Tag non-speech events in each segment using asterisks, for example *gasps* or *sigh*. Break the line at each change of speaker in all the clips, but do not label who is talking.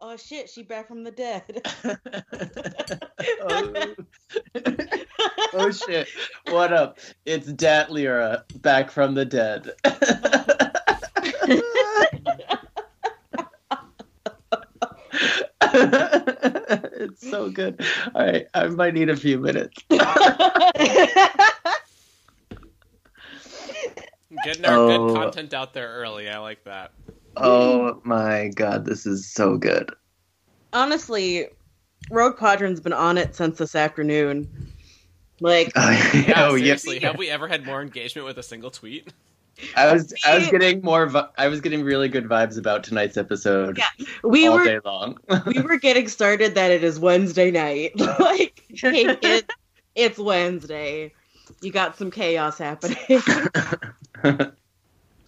oh shit, she back from the
*laughs*
dead.
oh. oh, shit. What up? It's Dat Lira back from the dead. it's so good. All right, I might need a few minutes.
Getting our
Oh.
good content out there early. I like that.
oh my god, this is so good.
*laughs*
*laughs*
Honestly, Rogue Quadrant's been on it since this afternoon. Like,
Yeah,
oh yes,
seriously. Have we ever had more engagement with a single tweet?
I was I was
We-
getting more. Vi- I was getting really good vibes about tonight's episode
Yeah, we
all
were
day long.
we were getting started that it is Wednesday night. *laughs* like, hey, kids, it's Wednesday. You got some chaos
*laughs*
happening.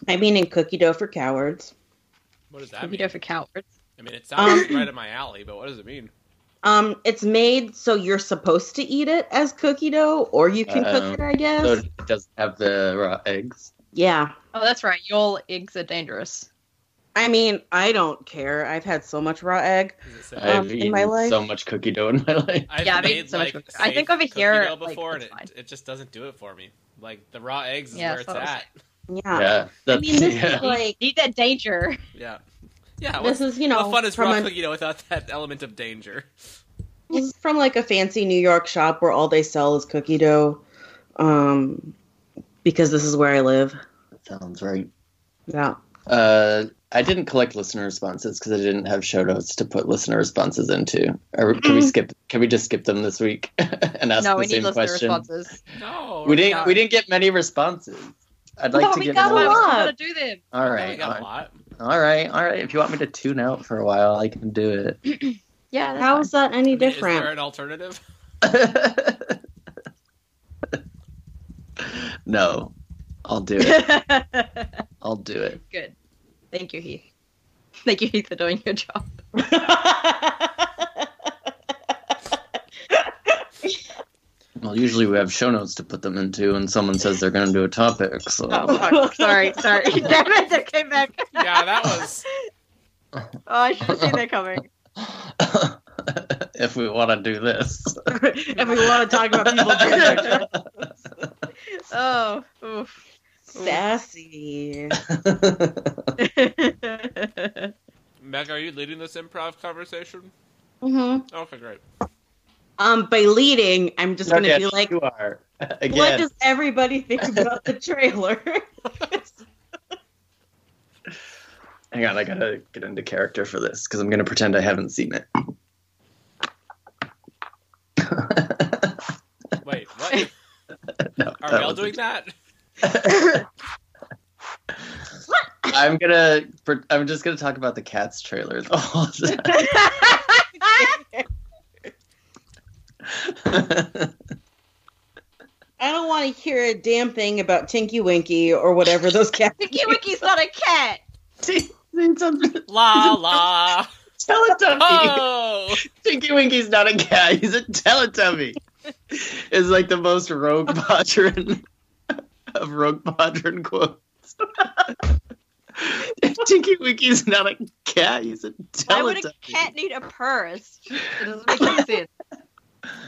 I mean, in cookie dough for cowards.
What does that
Cookie
mean?
dough for cowards.
I mean, it
Um,
sounds right up my alley, but what does it mean?
Um, it's made so you're supposed to eat it as cookie dough, or you can
Um,
cook it, I guess.
so it doesn't have the raw eggs.
yeah.
Oh, that's right. Y'all eggs are dangerous.
I mean, I don't care. I've had so much raw egg.
Does it say-
I- Um,
I've
in
eaten
my life-
so much cookie dough in my *laughs* life.
I've
Yeah, I mean,
made
so much
like
more- I
safe
think over
cookie
here,
dough
like,
before,
it's
and
fine.
it, it just doesn't do it for me. Like the raw eggs is
Yeah,
where it's
that's what I was
at.
Yeah.
Yeah,
I mean, this
*laughs* yeah.
is like
Need that danger.
Yeah, yeah. What's,
this is you
how
know
fun is
from
raw
a-
cookie dough without that element of danger?
This is from like a fancy New York shop where all they sell is cookie dough. Um, because this is where I live.
sounds right.
Yeah.
Uh, I didn't collect listener responses because I didn't have show notes to put listener responses into. Or can we skip? Can we just skip them this week *laughs* and ask
no,
the
we need
same
listener
question?
responses.
No,
We didn't.
Yeah.
We didn't get many responses. I'd like
oh,
to
we
get
got
more.
one. We
lot.
gotta do them.
All
Right,
right, all
got a
right,
lot.
all right, all right. If you want me to tune out for a while, I can do it.
Yeah. that's
How is that any
I mean, Is there
different?
an alternative?
*laughs*
*laughs* no, I'll do it.
*laughs* fine.
I'll do it.
Good. Thank you, Heath. Thank you, Heath, for doing your job.
*laughs*
Well, usually we have show notes to put them into, and someone says they're going to do a topic. So
Oh, fuck. *laughs* sorry, sorry. Damn it, that came back.
yeah, that was.
Oh, I should have seen that coming.
Oh.
*laughs* if we want to do this,
and we want to talk about
*laughs*
people doing their job.
Oh, *laughs* oof.
sassy.
*laughs*
Meg, are you leading this improv conversation?
Mhm.
Okay, great.
Um, by leading, I'm just gonna
Okay,
be like,
you are again.
what does everybody think about the trailer?
Hang on, I gotta get into character for this because I'm gonna pretend I haven't seen *laughs* it.
Wait,
*laughs*
what?
No,
Are
that
we all
wasn't-
doing that?
I'm gonna. pre- I'm just gonna talk about the cats
*laughs*
trailer *laughs* the whole time.
I don't want to hear a damn thing about Tinky Winky or whatever those cats.
Wiki Wiki's not a cat.
It's on-
La
*laughs*
la.
Teletubby.
Oh,
Tinky Winky's not a cat. He's a Teletubby. is like the most rogue podron of rogue podron quotes. *laughs* Tinky Winky's not a cat. He's a
Why would a
Teletubby.
cat need a purse? It doesn't make *laughs* any sense.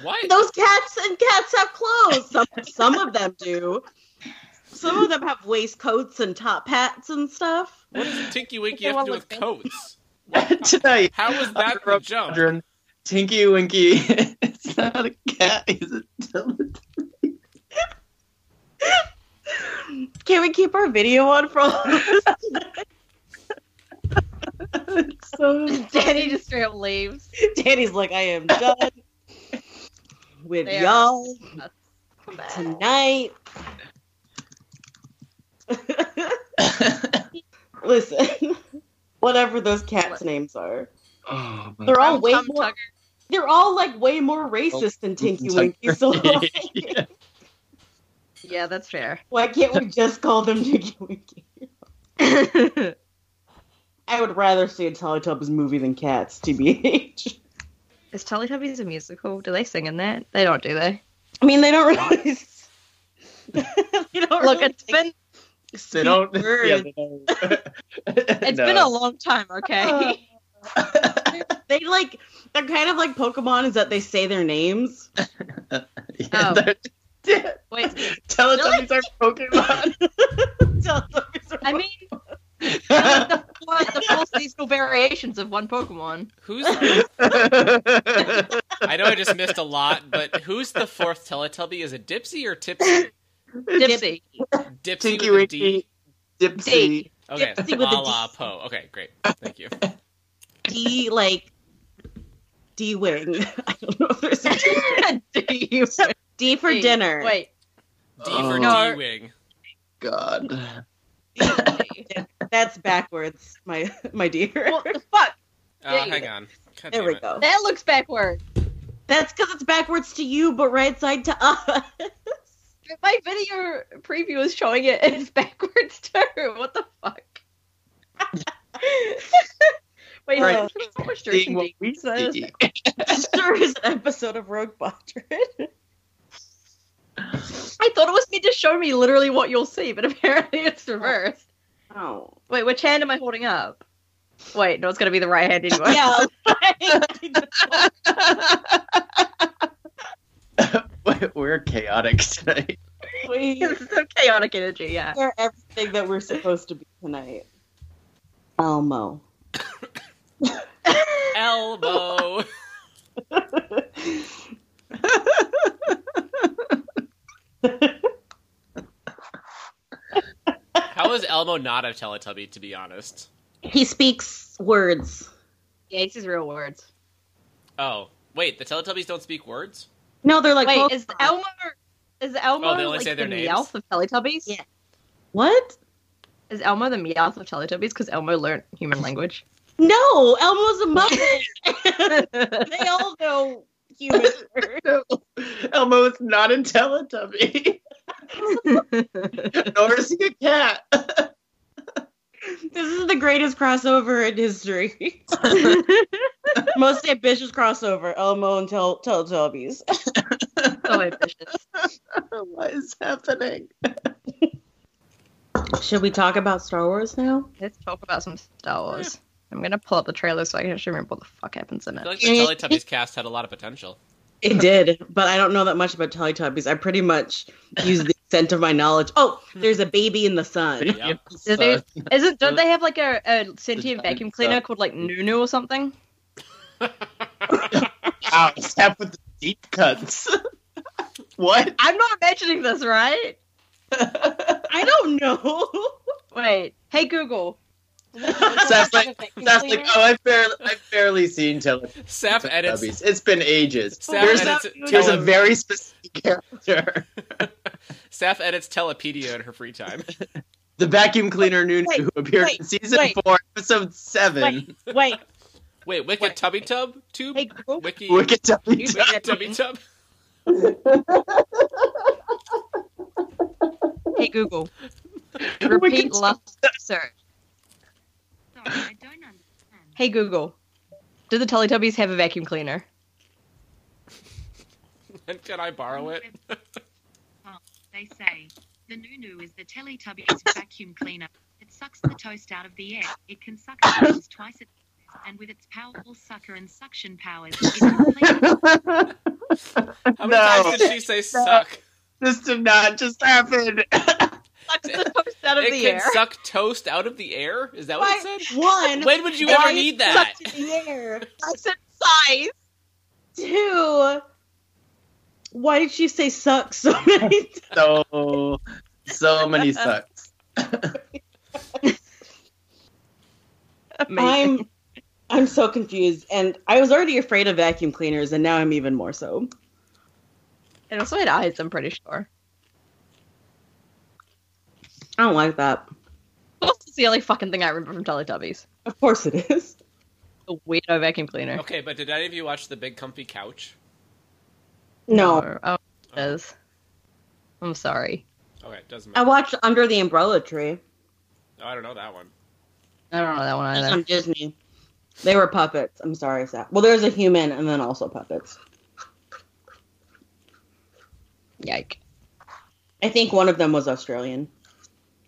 what?
*laughs* Those cats and cats have clothes. Some some of them do. Some of them have waistcoats and top hats and stuff.
*laughs*
What does Tinky Winky
They
have to do
all look
with coats?
Tonight,
How was
on
that the
rogue
jump?
podron, Tinky Winky *laughs* is not a cat. He's a Teletubby.
Can we keep our video on for all of *laughs* this?
It's so
Danny just straight up leaves.
Danny's like, I am *laughs* done with
There.
y'all
Come back.
tonight. Listen, whatever those cats' names are,
oh, my
they're all
Rum
way
Tum
more.
Tugger.
They're all like way more racist than Tinky
Tum
Winky. So
Tugger.
like,
Yeah, that's *laughs* fair.
*laughs* why can't we just call them Tinky Winky?
That's
I would rather see a Teletubbies movie than Cats, TBH.
Is Teletubbies a musical? Do they sing in that? They don't, do they?
I mean, they don't really. *laughs* they don't
Look,
really
it's been
They don't.
speak
*laughs* Yeah,
words.
*laughs* they don't.
*laughs* it's
No.
Uh, been a long time, okay?
like they're kind of like Pokemon is that they say their names. *laughs*
Yeah,
Oh.
they're- yeah,
*laughs* Wait,
Teletubbies are Pokemon.
Teletubbies are-
I *laughs* mean, they're like the, four, the full seasonal variations of one Pokemon.
*laughs*
Who's?
*laughs*
*laughs*
I know I just missed a lot, but who's the fourth Teletubby? Is it Dipsy or Tipsy?
Dipsy.
Dipsy
Tinky
with a D.
Winky, Dipsy.
D.
Okay,
Dipsy with a
La La
D.
Po. Okay, great. Thank you.
D like D wing. *laughs* I don't know if there's a D.
*laughs* D. you-
D for
D.
dinner.
Wait.
*laughs*
D for
No.
D wing.
Oh, God.
D.
That's backwards, my my dear.
what the fuck?
Oh,
D.
hang on.
*laughs*
God
There
damn
we
it.
go.
That looks backward.
That's because it's backwards to you, but right side to us.
*laughs* My video preview is showing it as *laughs* backwards too. What the fuck? Wait,
Right.
that's so much
Seeing
direction
what
D. So that is
D.
sure is an episode of Rogue Squadron.
I thought it was meant to show me literally what you'll see, but *laughs* apparently it's reversed.
Oh.
Wait, which hand am I holding up? Wait, no, it's gonna be the right hand *laughs* anyway.
Yeah.
*laughs* We're chaotic tonight. *laughs*
we
this is so chaotic energy. *laughs* Yeah.
are everything that we're supposed to be tonight. Um, oh. Elmo.
Elbow. *laughs* How is Elmo not a Teletubby? To be honest.
He speaks words.
Yeah, this is real words.
Oh, wait. The Teletubbies don't speak words.
No, they're like "Oh,
Wait,
Pokemon.
is Elmo? Is Elmo
Oh, they only
like
say their
the
names?
Meowth of Teletubbies?
Yeah. what?
Is Elmo the Meowth of Teletubbies? Because Elmo learned human *laughs* language.
No, Elmo's a Muppet. they all know human words.
Elmo is not a Teletubby, *laughs* nor is he a cat.
*laughs*
*laughs*
This is the greatest crossover in *laughs* history.
oh
Most ambitious crossover, Elmo and Tel- Teletubbies.
ambitious.
what is happening?
Should we talk about Star Wars now?
Let's talk about some Star Wars.
*laughs*
I'm gonna pull up the trailer so I can actually remember what the fuck happens in
I
it.
feel like the
Mm.
Teletubbies cast had a lot of potential.
It did, but I don't know that much about Teletubbies. I pretty much use the extent of my knowledge. Oh, there's a baby in the sun.
Yeah.
Did they- *laughs* Isn't don't they have like a, a sentient
Just-
vacuum
uh,
cleaner called like Nunu or something?
Wow, except with the deep cuts. *laughs* what?
*laughs*
I'm not imagining this, right?
I don't know.
Wait. Hey Google.
Sounds like- That's like, oh, I've barely, I've barely seen Teletubbies.
Sap edits.
It's been ages.
Sap
There's
edits.
a-
Here's a
tele-
very specific character.
Saf edits Telepedia in her free time.
The vacuum cleaner Nunu
wait,
who appeared
wait,
in season
wait.
four, episode seven.
*laughs*
Wait,
Wait, Wicked
Wait.
Tubby Tub Tube?
hey, Google,
Wiki,
Wicked Teletubbies.
Wicked Tubby Tub? *laughs*
Hey Google.
*laughs*
Wicked
Repeat last search.
I don't understand.
Hey Google. Do the Teletubbies have a vacuum cleaner?
And Can I *laughs* borrow it?
"Oh," They say the Nunu is the Teletubby's vacuum cleaner. It sucks the toast out of the air. It can suck toast twice its size, and with its powerful sucker and suction powers, it can clean
How many
No.
times did she say suck?
*laughs* this did not just happen.
Sucks the toast out of
It
the
can
air.
suck toast out of the air? Is that what it
*laughs*
said?
one.
When would you
why
ever
is
need
it
that?
sucked in the air?
Sucks its size.
Two. Why did she say suck so many *laughs* times?
*laughs* So, so many sucks.
Amazing.
I'm, I'm so confused, and I was already afraid of vacuum cleaners, and now I'm even more so.
It also had eyes, I'm pretty sure.
I don't like that.
That's the only fucking thing I remember from Teletubbies.
Of course it is.
The weirdo vacuum cleaner.
Okay, but did any of you watch The Big Comfy Couch?
No,
Oh, it is. I'm sorry.
Oh, Okay, doesn't
I
matter.
watched Under the Umbrella Tree.
Oh, I don't know that one.
I don't know that one
It's
either.
on Disney. They were puppets. I'm sorry, Seth. Well, there's a human and then also puppets.
Yike.
*laughs* I think one of them was Australian.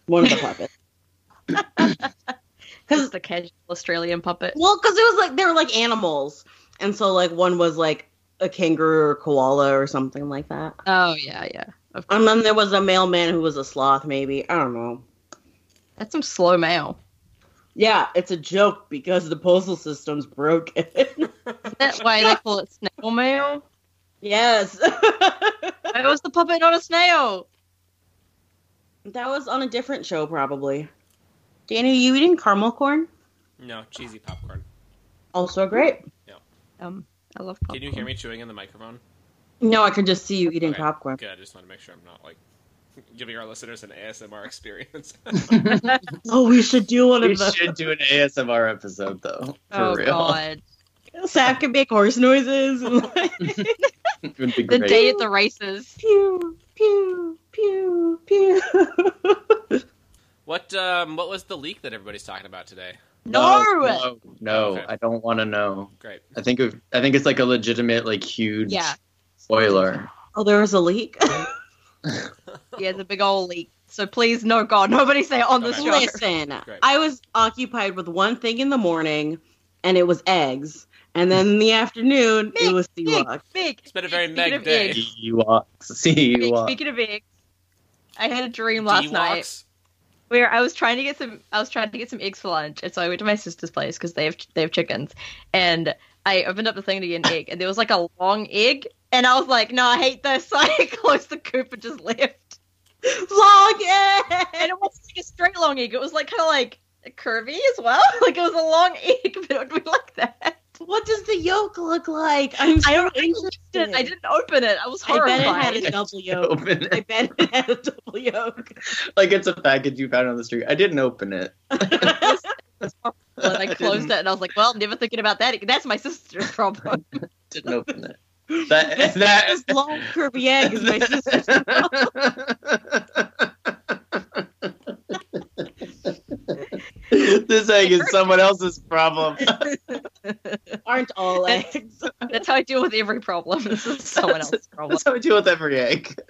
One of the puppets. 'Cause-
Just the casual Australian puppet.
Well, because it was like they were like animals, and so like one was like a kangaroo or koala or something like that.
Oh yeah, yeah. Of course.
And then there was a mailman who was a sloth, maybe I don't know.
That's some slow mail.
Yeah, it's a joke because the postal system's broken. *laughs*
Is that why they call it snail mail?
yes, *laughs* that
Why was the puppet not a snail?
was on a different show probably. Danny, are you eating caramel corn?
No, cheesy popcorn.
Also great.
Um, I love
Can you hear me chewing in the microphone?
No, I could just see you eating
Okay.
popcorn.
Good. I just want to make sure I'm not like giving our listeners an ASMR experience. *laughs*
Oh, we should do one
We
of those.
should do an ASMR episode though. For
Oh
real.
god,
*laughs* Sap can make horse
*laughs*
noises. and, like,
*laughs* It would be
the
great.
day at the races.
pew, pew, pew, pew. *laughs*
what um, what was the leak that everybody's talking about today?
no,
No!
no, no,
Okay.
I don't want to know.
Great.
I think it, I think it's like a legitimate, like huge
Yeah.
spoiler.
oh, there was a leak. *laughs*
Yeah, the big old leak. So please, no god, nobody say it on this
Okay.
show.
Listen,
Great.
I was occupied with one thing in the morning, and it was eggs. And then in the afternoon, it
Meg,
was sea
Meg,
walk.
Big.
It's been a very
Speaking
Meg
of
day.
eggs.
You walk, *laughs* see you
Speak-
walk.
Speaking of eggs, I had a dream last night
D-walks?
where I was trying to get some. I was trying to get some eggs for lunch, and so I went to my sister's place because they have they have chickens. And I opened up the thing to get an egg, and there was like a long egg, and I was like, "No, I hate this." *laughs* So I closed the coop and just left.
Long egg!
And it wasn't like a straight long egg; it was like kind of like curvy as well. *laughs* Like it was a long egg, but it would be like that.
What does the yolk look like? I'm so
I don't. I
interested.
didn't, I didn't open it. I was
I
horrified.
bet it had a *laughs* double yolk.
Open
I
it.
bet it had a double *laughs* yolk.
Like it's a package you found on the street. I didn't open it.
and I closed it, and I was like, "Well, never thinking about that. That's my *laughs* sister's problem."
Didn't open it.
*laughs*
That
This
that.
long curvy egg
*laughs*
is my sister's.
this egg is someone else's problem.
Aren't all eggs? *laughs*
That's how I deal with every problem. This is someone else's problem.
That's how we deal with every egg. *laughs*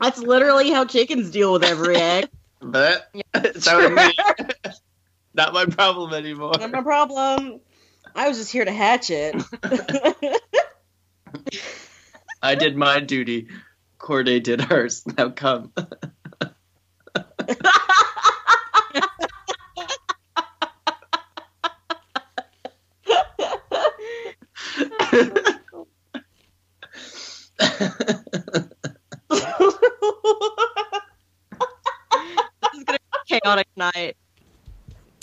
That's literally how chickens deal with every egg.
But *laughs* that was me. Not my problem anymore.
Not my problem. I was just here to hatch *laughs* it.
I did my duty. Corday did hers. *laughs* Now come.
This is gonna be a chaotic night.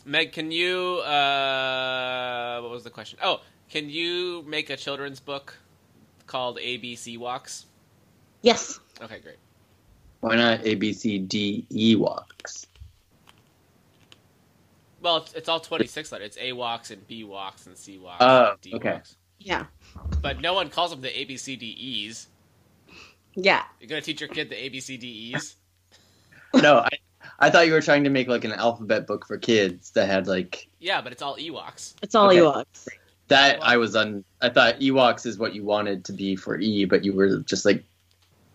Meg, can you? Uh, what was the question? Oh, can you make a children's book called ABC Walks?
yes.
Okay, great.
Why not A B C D E walks?
Well, it's, it's all twenty-six letters. It's A walks and B walks and C walks.
Oh,
and D
okay.
walks.
Yeah.
But no one calls them the ABCDEs.
Yeah.
You're gonna teach your kid the ABCDEs?
No, I, I thought you were trying to make like an alphabet book for kids that had like
Yeah, but it's all Ewoks.
It's all
Okay.
Ewoks.
that. I was on. I thought Ewoks is what you wanted to be for E, but you were just like,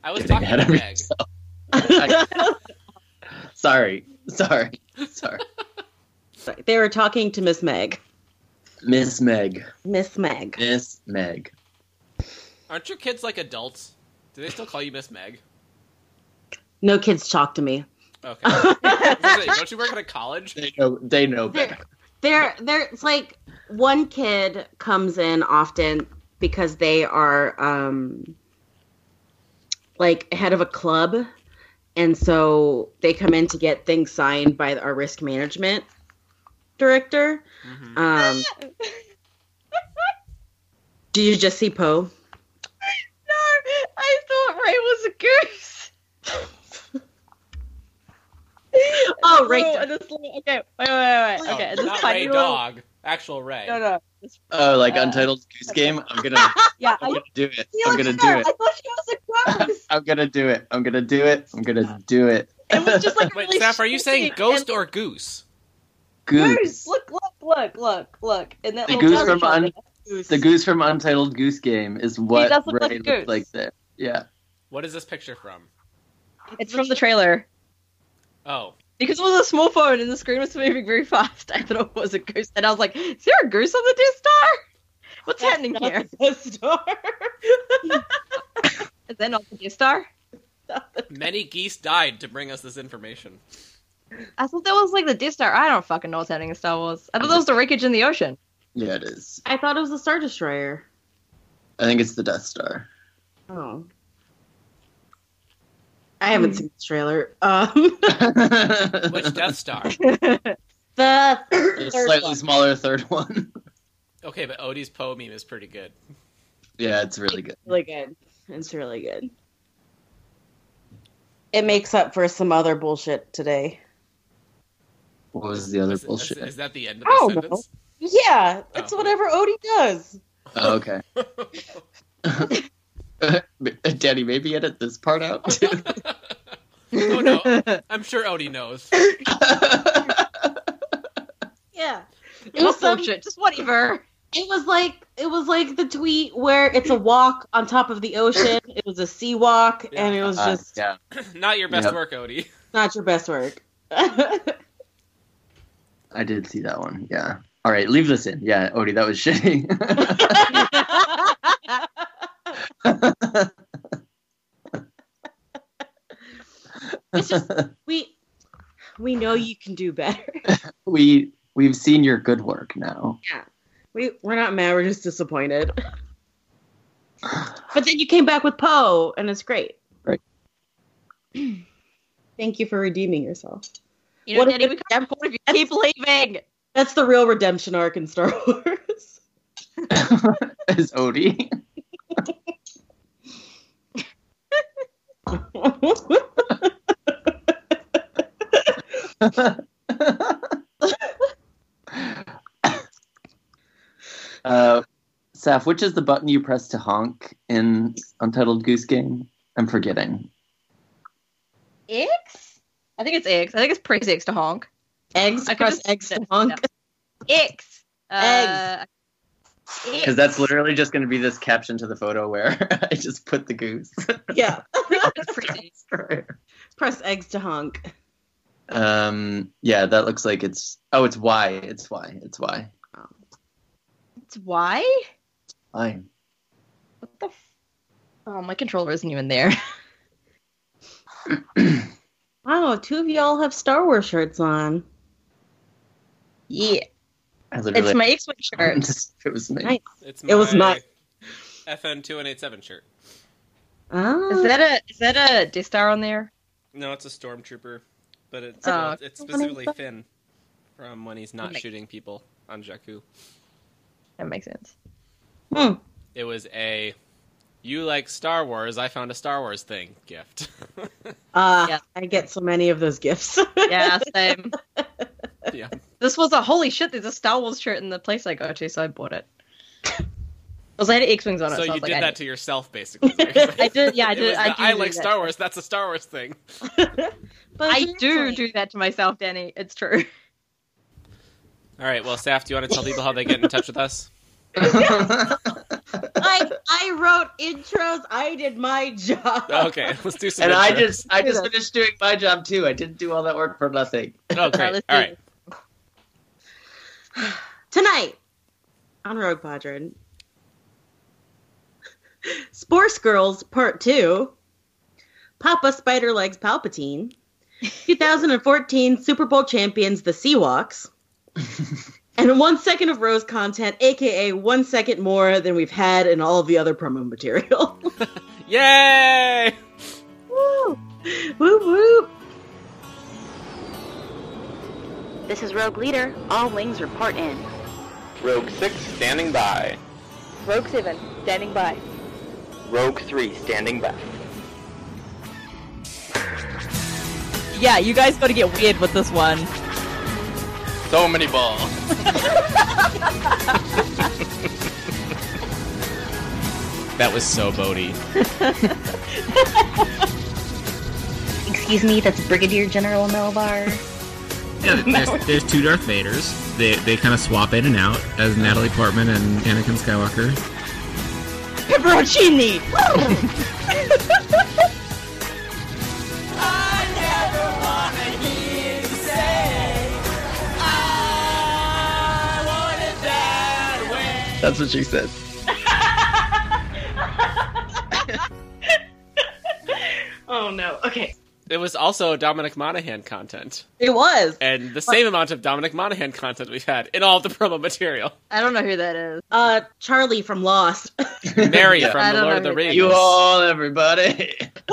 I was
Getting
talking
ahead
to
of
Meg.
*laughs* sorry, sorry, sorry,
they were talking to Miss Meg.
Miss Meg,
Miss Meg.
Miss Meg.
Aren't your kids like adults? Do they still call you Miss Meg?
No kids talk to me.
Okay.
*laughs*
I was gonna say, Don't you work at a college?
They know. They know better.
There, there's like one kid comes in often because they are um like head of a club, and so they come in to get things signed by our risk management director.
Mm-hmm.
*laughs*
Um, do you just see Poe?
No, I thought Ray was a goose.
Oh, Ray. *laughs*
Oh, and this little- okay, wait, wait, wait, wait.
Oh,
Okay, this
Not
tiny
Ray
little-
Dog. Actual Ray.
No, no. This-
Oh, like
Uh,
Untitled Goose Game. I'm gonna.
yeah, I *laughs*
I'm gonna do it.
see
I'm
you
gonna
later.
do it.
I thought she was a goose.
I'm gonna do it. I'm gonna do it. I'm gonna do it.
it was just like a
Wait,
really
Saf, are you saying
shitty-
ghost
and-
or goose?
*laughs* Goose.
goose? Look, look, look, look, look. And that
The
little
goose
dog
from
shot
Un-
me.
The goose from Untitled Goose Game is what
does look like
Ray
a
looks
goose.
like there. Yeah.
What is this picture from?
It's from the trailer.
Oh,
Because it was a small phone and the screen was moving very fast, *laughs* I thought it was a goose. And I was like, is there a goose on the Death Star? *laughs* What's happening here? Is that not the Death Star?
many geese died to bring us this information.
I thought that was like the Death Star. I don't fucking know what's happening in Star Wars. I thought that was the wreckage in the ocean.
Yeah, it is.
*laughs* I thought it was the Star Destroyer.
I think it's the Death
*laughs*
Star. *laughs*
Oh. I haven't seen the trailer. Um, *laughs*
Which Death Star?
the
The
third
slightly
one.
smaller third one. *laughs*
Okay, but Odie's Poe meme is pretty good.
yeah, it's really good.
really good. It's really good. It makes up for some other bullshit today.
What was the other
Is, is,
bullshit?
is that the end of
I
the
Oh,
don't know.
sentence?
Yeah, it's
Oh.
whatever Odie does.
Oh, okay. *laughs* Danny, maybe edit this part out. too. *laughs*
oh no, I'm sure Odie knows. *laughs*
Yeah. It
It was
was some,
bullshit. Just whatever.
it was like it was like the tweet where it's a walk on top of the ocean. It was a sea walk and it was
Uh,
just
yeah.
Not your best
Yep.
work, Odie.
not your best work. *laughs* I
I did see that one. Yeah. All right, leave this in. Yeah, Odie, that was *laughs* shitty.
It's just- we we know you can do better.
we we've seen your good work now. *laughs*
We we're not mad, we're just disappointed. but then you came back with Poe and it's great. *clears throat*
Right.
Thank you for redeeming yourself.
You know,
What if
Daddy,
it's
we can't afford if you keep leaving.
That's the real redemption arc in Star *laughs* Wars.
Is Odie? *laughs* Uh, Saf, which is the button you press to honk in Untitled Goose Game? I'm forgetting.
X? I think it's X. I think it's press X to honk.
eggs
I could
press
just-
eggs to honk.
X. Uh,
Eggs.
Because that's
*laughs*
literally just going to be this caption to the photo where *laughs* I just put the goose.
*laughs*
*laughs*
Yeah.
It's press X.
press eggs to honk.
um, yeah, that looks like it's. Oh, it's Y. It's Y. It's Y.
It's Y?
Y.
What the? F- oh, my controller isn't even there. *laughs*
Wow, two of y'all have Star Wars shirts on.
Yeah,
I
it's
literally- *laughs*
my X-wing shirt.
it was me. *laughs*
Nice.
It's my
It was not-
FN two and eight seven shirt.
Oh.
Is that a is that a Death Star on there?
No, it's a stormtrooper, but it's
Oh.
uh, it's specifically
Wanna-
Finn from when he's not
Like-
shooting people on Jakku.
That makes sense.
Hmm.
It was a you like Star Wars? I found a Star Wars thing
*laughs*
gift.
Uh,
Yeah.
I get so many of those gifts. *laughs*
*laughs* Yeah, same.
yeah,
this was a holy shit. There's a Star Wars shirt in the place I go to, so I bought it. Because I had X-wings on it,
so
so, I
you
was like,
did
I
that
need-
to yourself, basically.
*laughs* I did, yeah, I
It
did.
was
I,
the,
do
I
do
like
that.
Star Wars. That's a Star Wars thing.
But
I
seriously.
do do that to myself, Danny. It's true. *laughs*
All right, well, Saf, do you want to tell people how they get in touch with us?
Like I wrote intros, I did my job.
Okay, *laughs* let's do some.
and I
intro.
just I just finished doing my job too. I didn't do all that work for nothing.
Oh,
*laughs*
Alright,
great.
let's
All
do
right.
this.
Tonight on Rogue Padron. Sports Girls Part 2. Papa Spider Legs *laughs* Palpatine. 2014 Super Bowl champions the *laughs* Seawalks. and one second of Rose content, aka one second more than we've had in all of the other promo material.
Yay!
Woo! *laughs* Whoop whoop!
This is Rogue Leader. All wings report in.
Rogue 6 standing by.
Rogue Seven standing by.
Rogue 3 standing by.
Yeah, you guys got to get weird with this one.
So many balls.
*laughs* That was so Bodhi.
*laughs* Excuse me, that's Brigadier General Melbar.
Yeah,
*laughs*
there's, there's two Darth Vaders. They they kind of swap in and out as Natalie Portman and Anakin Skywalker.
Pepperoncini.
I never wanna hear
That's what she said.
oh no. Okay.
It was also Dominic Monaghan content,
It was.
and the same amount of Dominic Monaghan content we've had in all of the promo material. *laughs*
I don't know who that is.
Uh, Charlie from Lost. *laughs*
Mary
Yeah.
I
from the
don't
Lord of
know
the
who that
Rings.
You all, everybody. *laughs*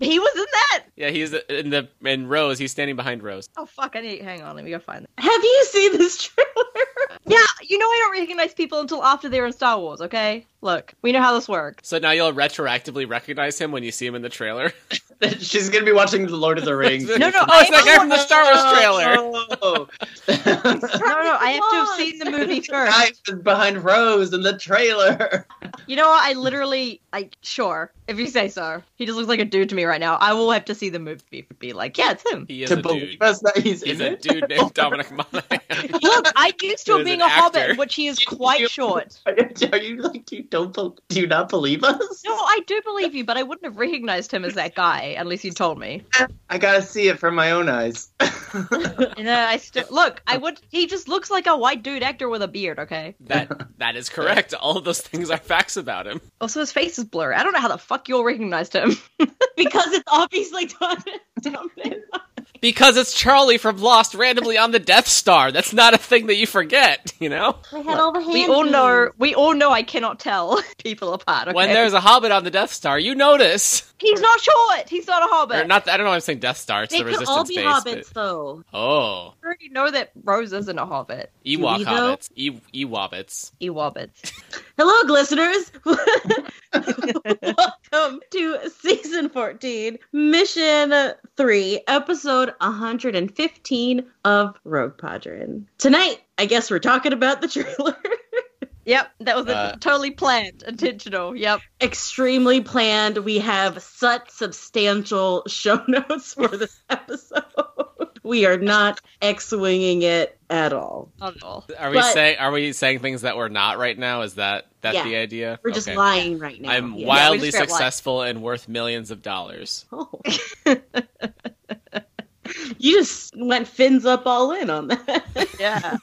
He was in that.
Yeah, he's in the in Rose. He's standing behind Rose.
Oh fuck! I need. Hang on. Let me go find that.
Have you seen this trailer?
Yeah, you know I don't recognize people until after they're in Star Wars. Okay, look, we know how this works.
So now you'll retroactively recognize him when you see him in the trailer.
*laughs* She's gonna be watching The Lord of the Rings.
No,
No, no.
*laughs* oh, it's that guy
I,
from the Star Wars trailer.
Oh. *laughs*
no, no. I have to have
Lost.
seen
*laughs*
the movie first.
I was behind Rose in the trailer.
You know what? I literally, I sure. If you say so, he just looks like a dude to me right now. I will have to see the movie to be like, yeah, it's him.
He is
to
a
believe
dude.
us that he's,
He's
in
a
it.
dude named Dominic Monaghan.
Look, I'm used
He
to him
is
being
an
a
actor.
hobbit,
*laughs*
which he is quite short.
*laughs* Are you like you don't bel- do you not believe us?
No, I do believe you, but I wouldn't have recognized him as that guy unless you told me.
I gotta see it from my own eyes. *laughs*
And then I still look. I would. He just looks like a white dude actor with a beard. Okay.
That that is correct. All of those things are facts about him.
Also, his face is blurry. I don't know how the fuck you all recognized him.
because it's obviously *laughs* Dominic. Dominic.
Because it's Charlie from Lost randomly on the Death Star. That's not a thing that you forget, you know?
They had all the hands.
We all know. We all know. I cannot tell *laughs* people apart. Okay.
When there's a hobbit on the Death Star, you notice.
he's not short. He's not a
Or
hobbit.
not I don't know why I'm saying Death Star, it's
They
the
could
resistance
all be
base.
hobbits,
but-
though.
Oh.
I already know that Rose isn't a hobbit.
Ewok
we, though?
hobbits. E- Ewobbits.
Ewobbits.
Hello, listeners. *laughs* Welcome to season 14, mission 3, episode 115 of Rogue Padron. Tonight, I guess we're talking about the trailer.
Yep, that was
Uh,
a totally planned, intentional. Yep.
Extremely planned. We have such substantial *laughs* show notes for this episode. We are not X winging it at all.
Not at all.
Are we
But-
saying are we saying things that we're not right now? Is that that
Yeah.
the idea?
We're just
Okay.
lying right now.
I'm
Yeah.
wild-
wildly
Yeah, we just straight lied.
successful and worth millions of dollars.
Oh. *laughs* you just went fins up all in on that. *laughs*
Yeah.